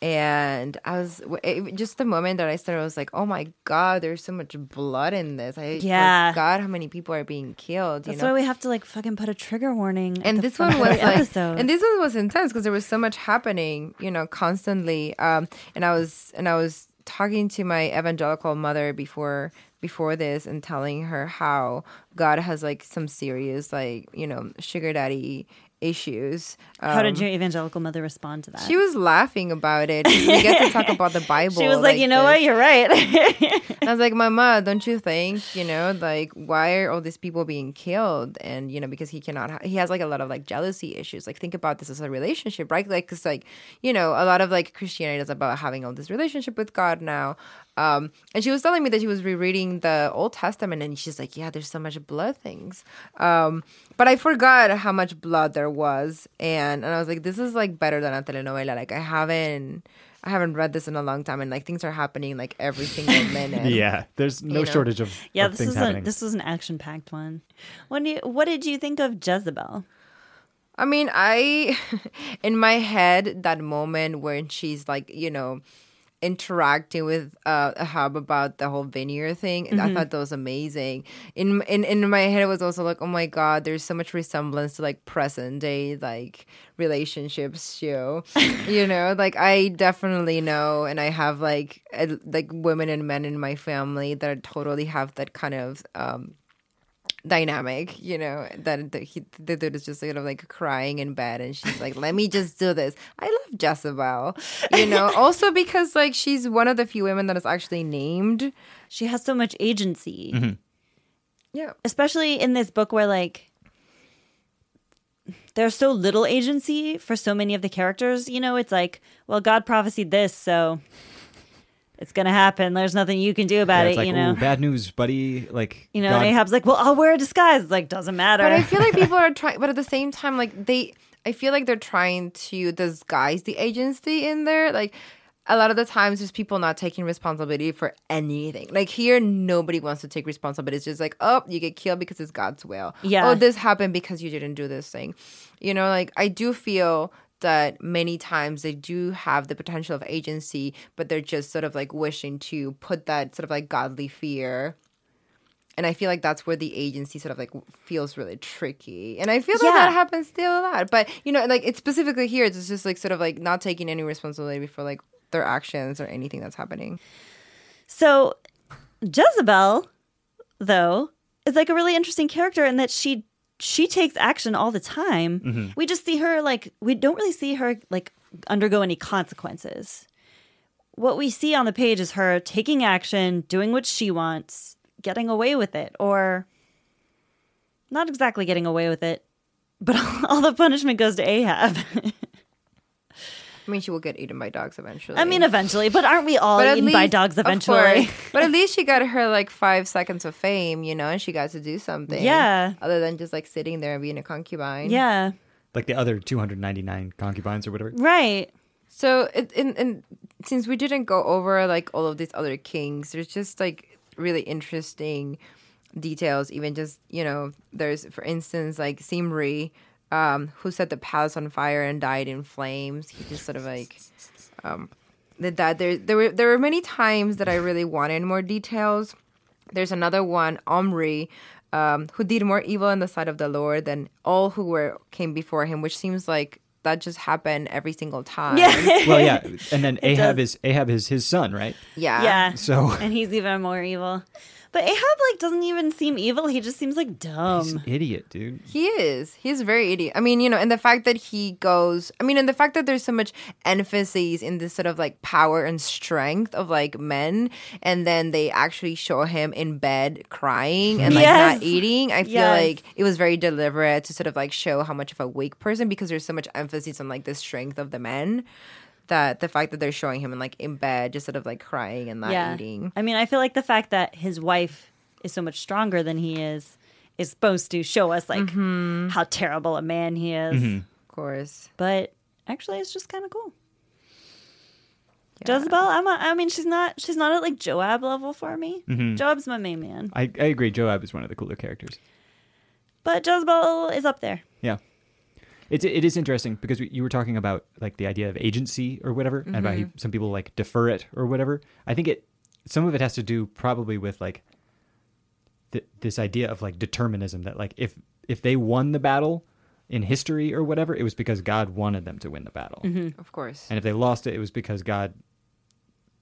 [SPEAKER 3] and I was it, just the moment that I started, I was like, "Oh my god, there's so much blood in this." I
[SPEAKER 2] Yeah.
[SPEAKER 3] forgot how many people are being killed. You
[SPEAKER 2] That's
[SPEAKER 3] know,
[SPEAKER 2] why we have to like fucking put a trigger warning. at
[SPEAKER 3] and
[SPEAKER 2] the
[SPEAKER 3] this
[SPEAKER 2] front of
[SPEAKER 3] one was
[SPEAKER 2] every
[SPEAKER 3] like,
[SPEAKER 2] episode.
[SPEAKER 3] and this one was intense because there was so much happening, you know, constantly. Um, and I was and I was talking to my evangelical mother before before this and telling her how God has like some serious like you know sugar daddy issues.
[SPEAKER 2] How did your evangelical mother respond to that?
[SPEAKER 3] Um, She was laughing about it. We get to talk about the Bible.
[SPEAKER 2] She was like, you know what?
[SPEAKER 3] this."
[SPEAKER 2] You're right.
[SPEAKER 3] I was like, Mama, don't you think, you know, like, why are all these people being killed? And, you know, because he cannot, ha- he has like a lot of like jealousy issues. Like, think about this as a relationship, right? Like, because, like, you know, a lot of like Christianity is about having all this relationship with God now. Um, and she was telling me that she was rereading the Old Testament and she's like, yeah, there's so much blood things. Um, but I forgot how much blood there was. And, and I was like, this is like better than a telenovela. Like, I haven't. I haven't read this in a long time, and like things are happening like every single minute.
[SPEAKER 1] Yeah, there's no
[SPEAKER 3] know.
[SPEAKER 1] shortage of,
[SPEAKER 2] yeah,
[SPEAKER 1] of
[SPEAKER 2] this
[SPEAKER 1] things
[SPEAKER 2] is a,
[SPEAKER 1] happening.
[SPEAKER 2] this was an action packed one. When you, what did you think of Jezebel?
[SPEAKER 3] I mean, I in my head that moment when she's like, you know, interacting with uh, a hub about the whole veneer thing, and I thought that was amazing. In in in my head, it was also like, oh my god, there's so much resemblance to like present day like relationships show, you know, like I definitely know, and I have like a- like women and men in my family that totally have that kind of. um dynamic, you know, that the, he, the dude is just sort of like crying in bed and she's like, let me just do this. I love Jezebel, you know, also because like she's one of the few women that is actually named.
[SPEAKER 2] She has so much agency,
[SPEAKER 1] Mm-hmm.
[SPEAKER 3] Yeah.
[SPEAKER 2] especially in this book where like there's so little agency for so many of the characters. You know, it's like, well, God prophesied this, so it's gonna happen. There's nothing you can do
[SPEAKER 1] yeah,
[SPEAKER 2] about
[SPEAKER 1] it's
[SPEAKER 2] it.
[SPEAKER 1] like,
[SPEAKER 2] you know,
[SPEAKER 1] ooh, bad news, buddy. Like,
[SPEAKER 2] you know.
[SPEAKER 1] God-
[SPEAKER 2] And Ahab's like, well, I'll wear a disguise. It's Like, doesn't matter.
[SPEAKER 3] But I feel like people are trying, but at the same time, like they, I feel like they're trying to disguise the agency in there. Like a lot of the times, there's people not taking responsibility for anything. Like here, nobody wants to take responsibility. It's just like, oh, you get killed because it's God's will.
[SPEAKER 2] Yeah.
[SPEAKER 3] Oh, this happened because you didn't do this thing. You know, like I do feel that many times they do have the potential of agency, but they're just sort of like wishing to put that sort of like godly fear and I feel like that's where the agency sort of like feels really tricky. And I feel like
[SPEAKER 2] Yeah.
[SPEAKER 3] that happens still a lot. But you know, like it's specifically here, it's just like sort of like not taking any responsibility for like their actions or anything that's happening.
[SPEAKER 2] So Jezebel, though, is like a really interesting character in that she she takes action all the time. We just see her like we don't really see her like undergo any consequences. What we see on the page is her taking action, doing what she wants, getting away with it, or not exactly getting away with it, but all, the punishment goes to Ahab.
[SPEAKER 3] I mean, she will get eaten by dogs eventually.
[SPEAKER 2] I mean, eventually, but aren't we all eaten by dogs
[SPEAKER 3] of
[SPEAKER 2] eventually?
[SPEAKER 3] course. but at least she got her like five seconds of fame, you know, and she got to do something.
[SPEAKER 2] Yeah.
[SPEAKER 3] Other than just like sitting there and being a concubine.
[SPEAKER 2] yeah,
[SPEAKER 1] like the other 299 concubines or whatever.
[SPEAKER 2] right.
[SPEAKER 3] So, it, and, and since we didn't go over like all of these other kings, there's just like really interesting details. Even just you know, there's for instance like Simri, um, who set the palace on fire and died in flames. He just sort of like um, did that. There, there were there were many times that I really wanted more details. There's another one, Omri, um, who did more evil in the sight of the Lord than all who were came before him, which seems like that just happened every single time.
[SPEAKER 2] Yeah.
[SPEAKER 1] Well, yeah, and then Ahab is Ahab is his son, right?
[SPEAKER 3] Yeah.
[SPEAKER 2] Yeah.
[SPEAKER 1] So-
[SPEAKER 2] and he's even more evil. But Ahab like doesn't even seem evil. He just seems like
[SPEAKER 1] He's
[SPEAKER 2] dumb.
[SPEAKER 1] an idiot, dude.
[SPEAKER 3] He is. He's very idiot. I mean, you know, and the fact that he goes, I mean, and the fact that there's so much emphasis in this sort of like power and strength of like men, and then they actually show him in bed crying and like
[SPEAKER 2] Yes.
[SPEAKER 3] not eating. I feel
[SPEAKER 2] Yes.
[SPEAKER 3] like it was very deliberate to sort of like show how much of a weak person because there's so much emphasis on like the strength of the men that the fact that they're showing him in like in bed, just sort of like crying and not
[SPEAKER 2] yeah.
[SPEAKER 3] eating.
[SPEAKER 2] I mean, I feel like the fact that his wife is so much stronger than he is is supposed to show us like
[SPEAKER 3] Mm-hmm.
[SPEAKER 2] how terrible a man he is.
[SPEAKER 1] Mm-hmm.
[SPEAKER 3] Of course.
[SPEAKER 2] But actually, it's just kind of cool. Jezebel, I'm a, I mean, she's not she's not at like Joab level for me.
[SPEAKER 1] Mm-hmm.
[SPEAKER 2] Joab's my main man,
[SPEAKER 1] I, I agree. Joab is one of the cooler characters.
[SPEAKER 2] but Jezebel is up there.
[SPEAKER 1] Yeah. It's it is interesting because we, you were talking about like the idea of agency or whatever, and about how some people like defer it or whatever. I think it some of it has to do probably with like th- this idea of like determinism that like if if they won the battle in history or whatever, it was because God wanted them to win the battle,
[SPEAKER 2] Mm.
[SPEAKER 3] Of course.
[SPEAKER 1] and if they lost it, it was because God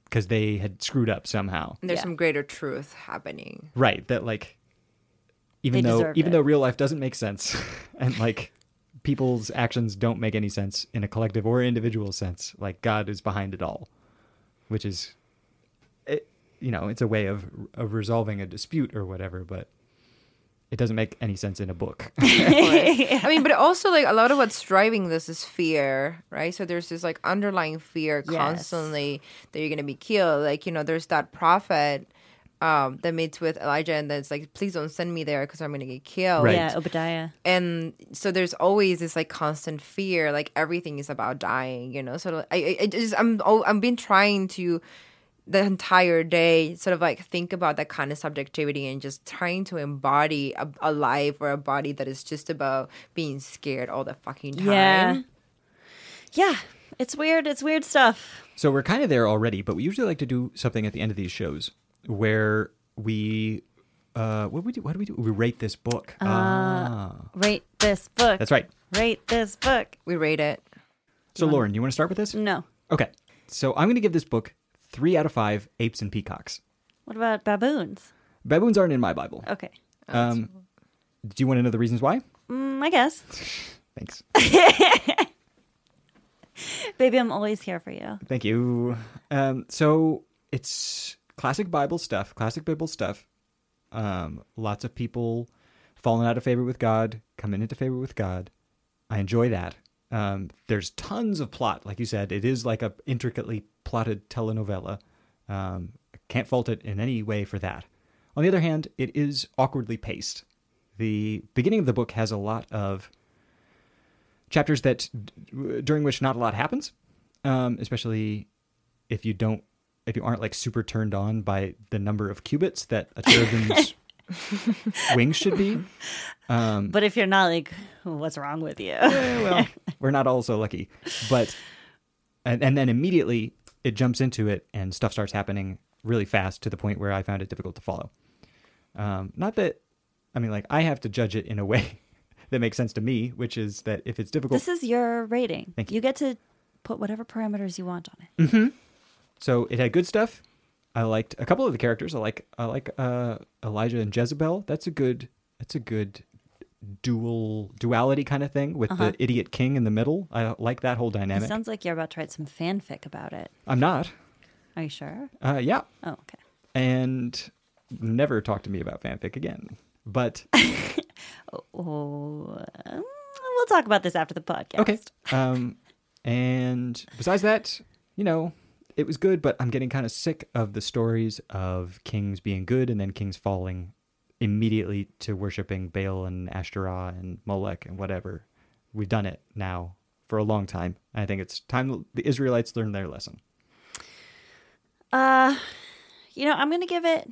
[SPEAKER 1] because they had screwed up somehow.
[SPEAKER 3] And there's
[SPEAKER 2] Yeah.
[SPEAKER 3] some greater truth happening.
[SPEAKER 1] Right. That like even
[SPEAKER 2] They
[SPEAKER 1] though
[SPEAKER 2] deserved
[SPEAKER 1] even
[SPEAKER 2] it.
[SPEAKER 1] though real life doesn't make sense and like people's actions don't make any sense in a collective or individual sense, like God is behind it all. Which is it, you know, it's a way of of resolving a dispute or whatever, but it doesn't make any sense in a book.
[SPEAKER 3] I mean, but also like a lot of what's driving this is fear, right? So there's this like underlying fear
[SPEAKER 2] Yes.
[SPEAKER 3] constantly that you're gonna be killed. Like you know, there's that prophet um, that meets with Elijah and that's like, please don't send me there because I'm gonna get killed.
[SPEAKER 1] Right.
[SPEAKER 2] Yeah, Obadiah.
[SPEAKER 3] And so there's always this like constant fear, like everything is about dying, you know. So I, I- I just I'm oh, I've been trying to the entire day sort of like think about that kind of subjectivity and just trying to embody a, a life or a body that is just about being scared all the fucking time.
[SPEAKER 2] Yeah. Yeah. It's weird. It's weird stuff.
[SPEAKER 1] So we're kind of there already, but we usually like to do something at the end of these shows where we uh what do we do what do we do? We rate this book.
[SPEAKER 2] Uh,
[SPEAKER 1] ah.
[SPEAKER 2] Rate this book.
[SPEAKER 1] That's right.
[SPEAKER 2] Rate this book.
[SPEAKER 3] We rate it.
[SPEAKER 1] So Lauren, you want to start with this?
[SPEAKER 2] No.
[SPEAKER 1] Okay. So I'm going to give this book three out of five apes and peacocks.
[SPEAKER 2] What about baboons?
[SPEAKER 1] Baboons aren't in my Bible.
[SPEAKER 2] Okay.
[SPEAKER 1] Um, do you want to know the reasons why?
[SPEAKER 2] Mm, I guess.
[SPEAKER 1] Thanks.
[SPEAKER 2] Baby, I'm always here for you.
[SPEAKER 1] Thank you. Um, so it's classic Bible stuff, classic Bible stuff. Um, lots of people falling out of favor with God, coming into favor with God. I enjoy that. Um, there's tons of plot, like you said. It is like a intricately plotted telenovela. Um, I can't fault it in any way for that. On the other hand, it is awkwardly paced. The beginning of the book has a lot of chapters that during which not a lot happens um, especially if you don't if you aren't like super turned on by the number of cubits that a cherubim's wings should be Um,
[SPEAKER 2] But if you're not, like, what's wrong with you?
[SPEAKER 1] Eh, well, we're not all so lucky. But and, and then immediately it jumps into it, and stuff starts happening really fast to the point where I found it difficult to follow. Um, not that I mean, like I have to judge it in a way that makes sense to me, which is that if it's difficult,
[SPEAKER 2] This is your rating.
[SPEAKER 1] Thank you.
[SPEAKER 2] get to put whatever parameters you want on it.
[SPEAKER 1] so it had good stuff. I liked a couple of the characters. I like I like uh, Elijah and Jezebel. That's a good that's a good dual duality kind of thing with the idiot king in the middle. I like that whole
[SPEAKER 2] It
[SPEAKER 1] dynamic.
[SPEAKER 2] sounds like you're about to write some fanfic about it.
[SPEAKER 1] I'm not.
[SPEAKER 2] Are you sure?
[SPEAKER 1] Uh, yeah,
[SPEAKER 2] Oh, okay.
[SPEAKER 1] and never talk to me about fanfic again. But
[SPEAKER 2] Oh, um, we'll talk about this after the podcast.
[SPEAKER 1] okay. Um, and besides that, you know, it was good, but I'm getting kind of sick of the stories of kings being good and then kings falling immediately to worshiping Baal and Ashtoreth and Molech and whatever. We've done it now for a long time. And I think it's time the Israelites learned their lesson.
[SPEAKER 2] Uh, you know, I'm gonna give it.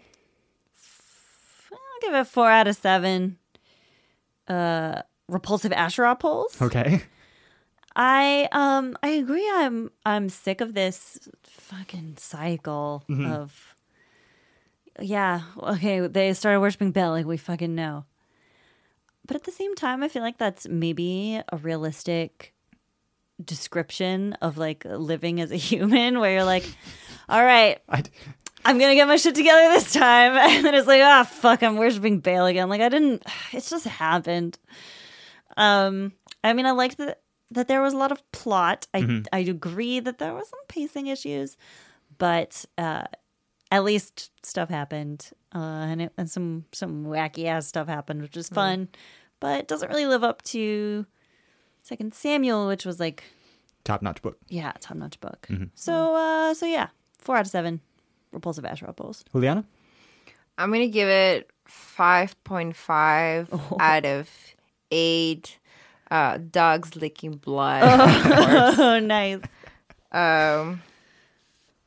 [SPEAKER 2] f- I'll give it four out of seven. Uh, repulsive Asherah poles.
[SPEAKER 1] Okay.
[SPEAKER 2] I um I agree. I'm I'm sick of this fucking cycle of yeah. Okay, they started worshiping Baal, like we fucking know. But at the same time, I feel like that's maybe a realistic description of like living as a human, where you're like, all right,
[SPEAKER 1] I,
[SPEAKER 2] I'm gonna get my shit together this time. And then it's like, ah, fuck, I'm worshiping Baal again. Like I didn't. It's just happened. Um, I mean, I liked that that there was a lot of plot. I I agree that there was some pacing issues, but uh, at least stuff happened, uh, and it, and some some wacky ass stuff happened, which was fun, but it doesn't really live up to Second Samuel, which was like
[SPEAKER 1] Top notch book.
[SPEAKER 2] yeah, top notch book. So uh, so yeah, four out of seven. Repulsive Ash Rebels.
[SPEAKER 1] Juliana?
[SPEAKER 3] I'm gonna give it five point five out of eight. Uh, dogs licking blood.
[SPEAKER 2] Oh, nice.
[SPEAKER 3] Um,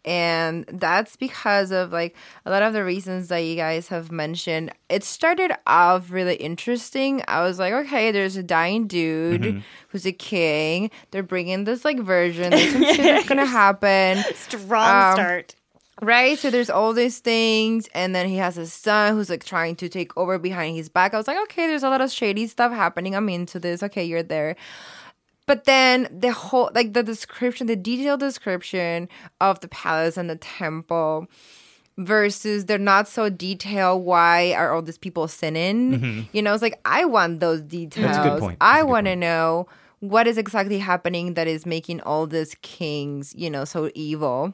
[SPEAKER 3] and that's because of like a lot of the reasons that you guys have mentioned it started off really interesting i was like okay there's a dying dude who's a king they're bringing this like version there's some shit that's gonna happen
[SPEAKER 2] Strong
[SPEAKER 3] Um,
[SPEAKER 2] start.
[SPEAKER 3] Right? So there's all these things, and then he has his son who's like trying to take over behind his back. I was like, okay, there's a lot of shady stuff happening. I'm into this. Okay, you're there. But then the whole, like the description, the detailed description of the palace and the temple versus they're not so detailed. Why are all these people sinning?
[SPEAKER 1] Mm-hmm.
[SPEAKER 3] You know, it's like, I want those details.
[SPEAKER 1] point. That's a
[SPEAKER 3] I
[SPEAKER 1] good
[SPEAKER 3] want to know what is exactly happening that is making all these kings, you know, so evil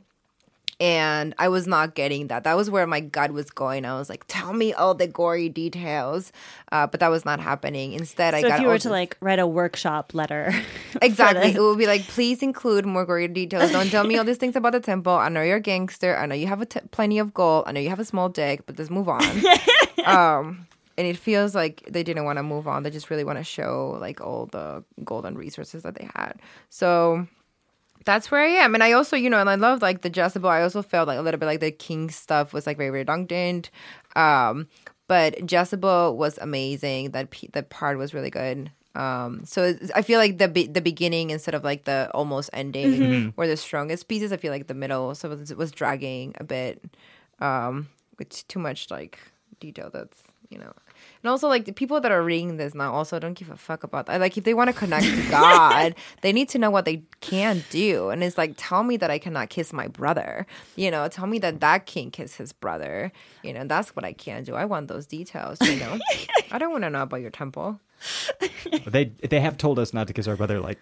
[SPEAKER 3] and I was not getting that. That was where my gut was going. I was like, "Tell me all the gory details," uh, but that was not happening. Instead, I
[SPEAKER 2] So
[SPEAKER 3] got
[SPEAKER 2] if you were
[SPEAKER 3] all
[SPEAKER 2] to
[SPEAKER 3] this-
[SPEAKER 2] like write a workshop letter,
[SPEAKER 3] exactly, it would be like, "Please include more gory details. Don't tell me all these things about the temple. I know you're a gangster. I know you have a t- plenty of gold. I know you have a small dick, but let's move on." um, and it feels like they didn't want to move on. They just really want to show like all the golden resources that they had. So that's where I am. And I also, you know, and I love like the Jezebel. I also felt like a little bit like the King stuff was like very redundant. Um, but Jezebel was amazing. That pe- that part was really good. Um, so it's- I feel like the be- the beginning instead of like the almost ending were the strongest pieces. I feel like the middle so it was, it was dragging a bit. Um, it's too much like detail. That's you know. And also, like the people that are reading this now, also don't give a fuck about that. Like, if they want to connect to God, they need to know what they can do. And it's like, tell me that I cannot kiss my brother. You know, tell me that that king kissed his brother. You know, that's what I can do. I want those details. You know, I don't want to know about your temple.
[SPEAKER 1] They they have told us not to kiss our brother like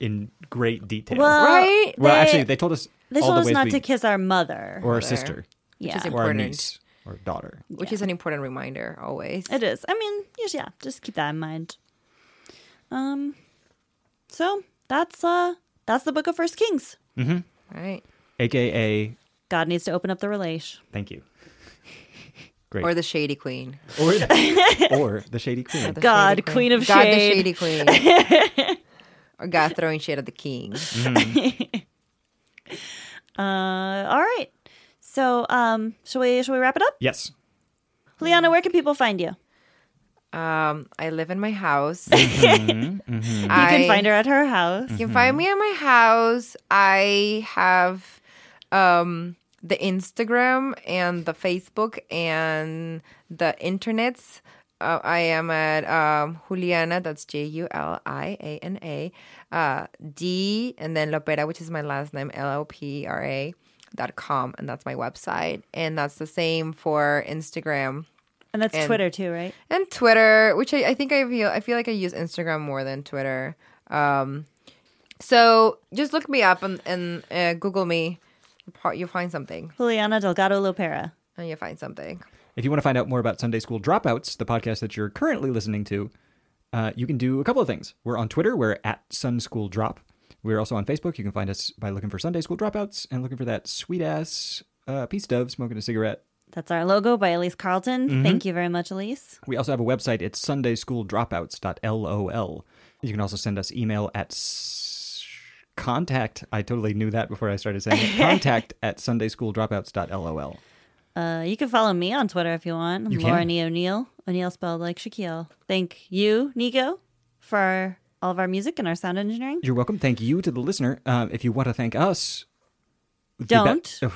[SPEAKER 1] in great detail.
[SPEAKER 2] well,
[SPEAKER 3] Right?
[SPEAKER 1] Well,
[SPEAKER 2] they-
[SPEAKER 1] actually, they told us
[SPEAKER 2] they
[SPEAKER 1] all
[SPEAKER 2] told
[SPEAKER 1] the
[SPEAKER 2] us
[SPEAKER 1] ways
[SPEAKER 2] not
[SPEAKER 1] we,
[SPEAKER 2] to kiss our mother.
[SPEAKER 1] or our
[SPEAKER 3] Mother.
[SPEAKER 1] sister
[SPEAKER 2] yeah,
[SPEAKER 3] is
[SPEAKER 1] or our
[SPEAKER 3] Important.
[SPEAKER 1] niece or daughter.
[SPEAKER 3] Which is an important reminder always.
[SPEAKER 2] it is. I mean, yes, yeah. Just keep that in mind. Um, so that's uh that's the book of First Kings.
[SPEAKER 3] Right?
[SPEAKER 1] AKA,
[SPEAKER 2] God needs to open up the relation.
[SPEAKER 1] thank you. Great.
[SPEAKER 3] Or the Shady Queen.
[SPEAKER 1] or, the, or the Shady Queen.
[SPEAKER 3] The
[SPEAKER 2] God,
[SPEAKER 3] Shady
[SPEAKER 2] Queen of
[SPEAKER 3] God,
[SPEAKER 2] Shade.
[SPEAKER 3] the Shady Queen. or God throwing shade at the king.
[SPEAKER 2] Uh, all right. So um, shall we shall we wrap it up?
[SPEAKER 1] Yes.
[SPEAKER 2] Liana, where can people find you?
[SPEAKER 3] Um, I live in my house. You
[SPEAKER 2] You can find her at her house.
[SPEAKER 3] You can find me at my house. I have um, the Instagram and the Facebook and the internets. Uh, I am at um, Juliana, that's J U L I A N A, uh, D, and then Lopera, which is my last name, L O P R A, dot com. And that's my website. And that's the same for Instagram
[SPEAKER 2] And that's
[SPEAKER 3] And-
[SPEAKER 2] Twitter too, right?
[SPEAKER 3] and Twitter, which I, I think I feel I feel like I use Instagram more than Twitter. Um, so just look me up and, and uh, Google me. You'll pro- You'll find something,
[SPEAKER 2] Juliana Delgado Lopera.
[SPEAKER 3] and you'll find something.
[SPEAKER 1] If you want to find out more about Sunday School Dropouts, the podcast that you're currently listening to, uh, you can do a couple of things. We're on Twitter. We're at Sun School Drop. We're also on Facebook. You can find us by looking for Sunday School Dropouts and looking for that sweet ass uh, peace dove smoking a cigarette.
[SPEAKER 2] That's our logo by Elise Carlton.
[SPEAKER 1] Mm-hmm.
[SPEAKER 2] Thank you very much, Elise.
[SPEAKER 1] We also have a website. It's sundaysschooldropouts.lol. You can also send us email at s- contact. I totally knew that before I started saying it. Contact at sundaysschooldropouts.lol.
[SPEAKER 2] Uh, you can follow me on Twitter if you want. I'm
[SPEAKER 1] You can.
[SPEAKER 2] Lauren E. O'Neill. O'Neill spelled like Shaquille. Thank you, Nico, for all of our music and our sound engineering.
[SPEAKER 1] You're welcome. Thank you to the listener. Um, if you want to thank us, the be- Oh,
[SPEAKER 2] Don't.
[SPEAKER 1] Ugh.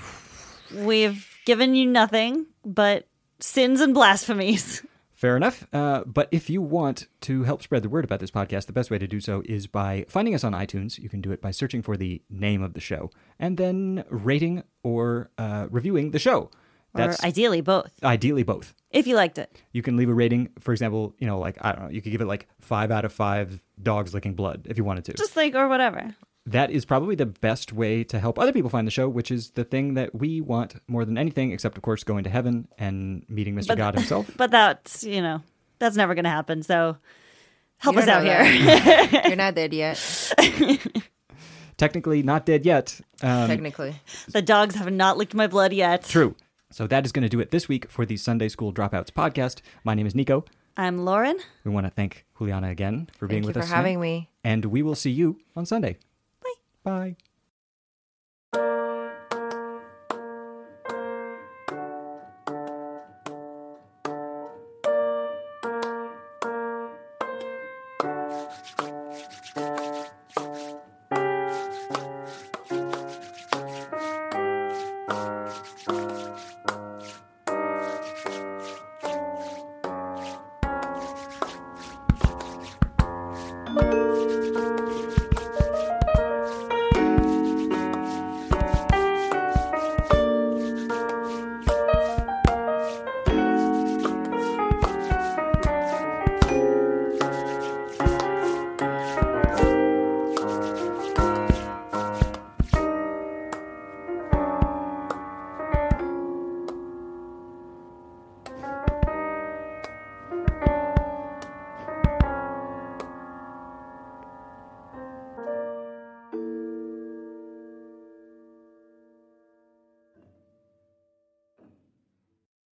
[SPEAKER 2] We've given you nothing but sins and blasphemies.
[SPEAKER 1] Fair enough. Uh, but if you want to help spread the word about this podcast, the best way to do so is by finding us on iTunes. You can do it by searching for the name of the show and then rating or uh, reviewing the show. That's
[SPEAKER 2] or ideally both,
[SPEAKER 1] ideally both.
[SPEAKER 2] if you liked it.
[SPEAKER 1] You can leave a rating, for example, you know, like, I don't know, you could give it like five out of five dogs licking blood if you wanted to.
[SPEAKER 2] Just like, or whatever.
[SPEAKER 1] that is probably the best way to help other people find the show, which is the thing that we want more than anything, except, of course, going to heaven and meeting Mr. God himself.
[SPEAKER 2] But that's, you know, that's never going to happen. So help
[SPEAKER 3] You
[SPEAKER 2] us out
[SPEAKER 3] don't know
[SPEAKER 2] here.
[SPEAKER 3] that. You're not dead yet,
[SPEAKER 1] Technically not dead yet. Um,
[SPEAKER 3] technically.
[SPEAKER 2] the dogs have not licked my blood yet.
[SPEAKER 1] True. So that is going to do it this week for the Sunday School Dropouts podcast. My name is Nico.
[SPEAKER 2] I'm Lauren.
[SPEAKER 1] We want to thank Juliana again for being
[SPEAKER 3] Thank you
[SPEAKER 1] with
[SPEAKER 3] for
[SPEAKER 1] us.
[SPEAKER 3] having
[SPEAKER 1] tonight.
[SPEAKER 3] me.
[SPEAKER 1] And we will see you on Sunday.
[SPEAKER 2] Bye.
[SPEAKER 1] Bye.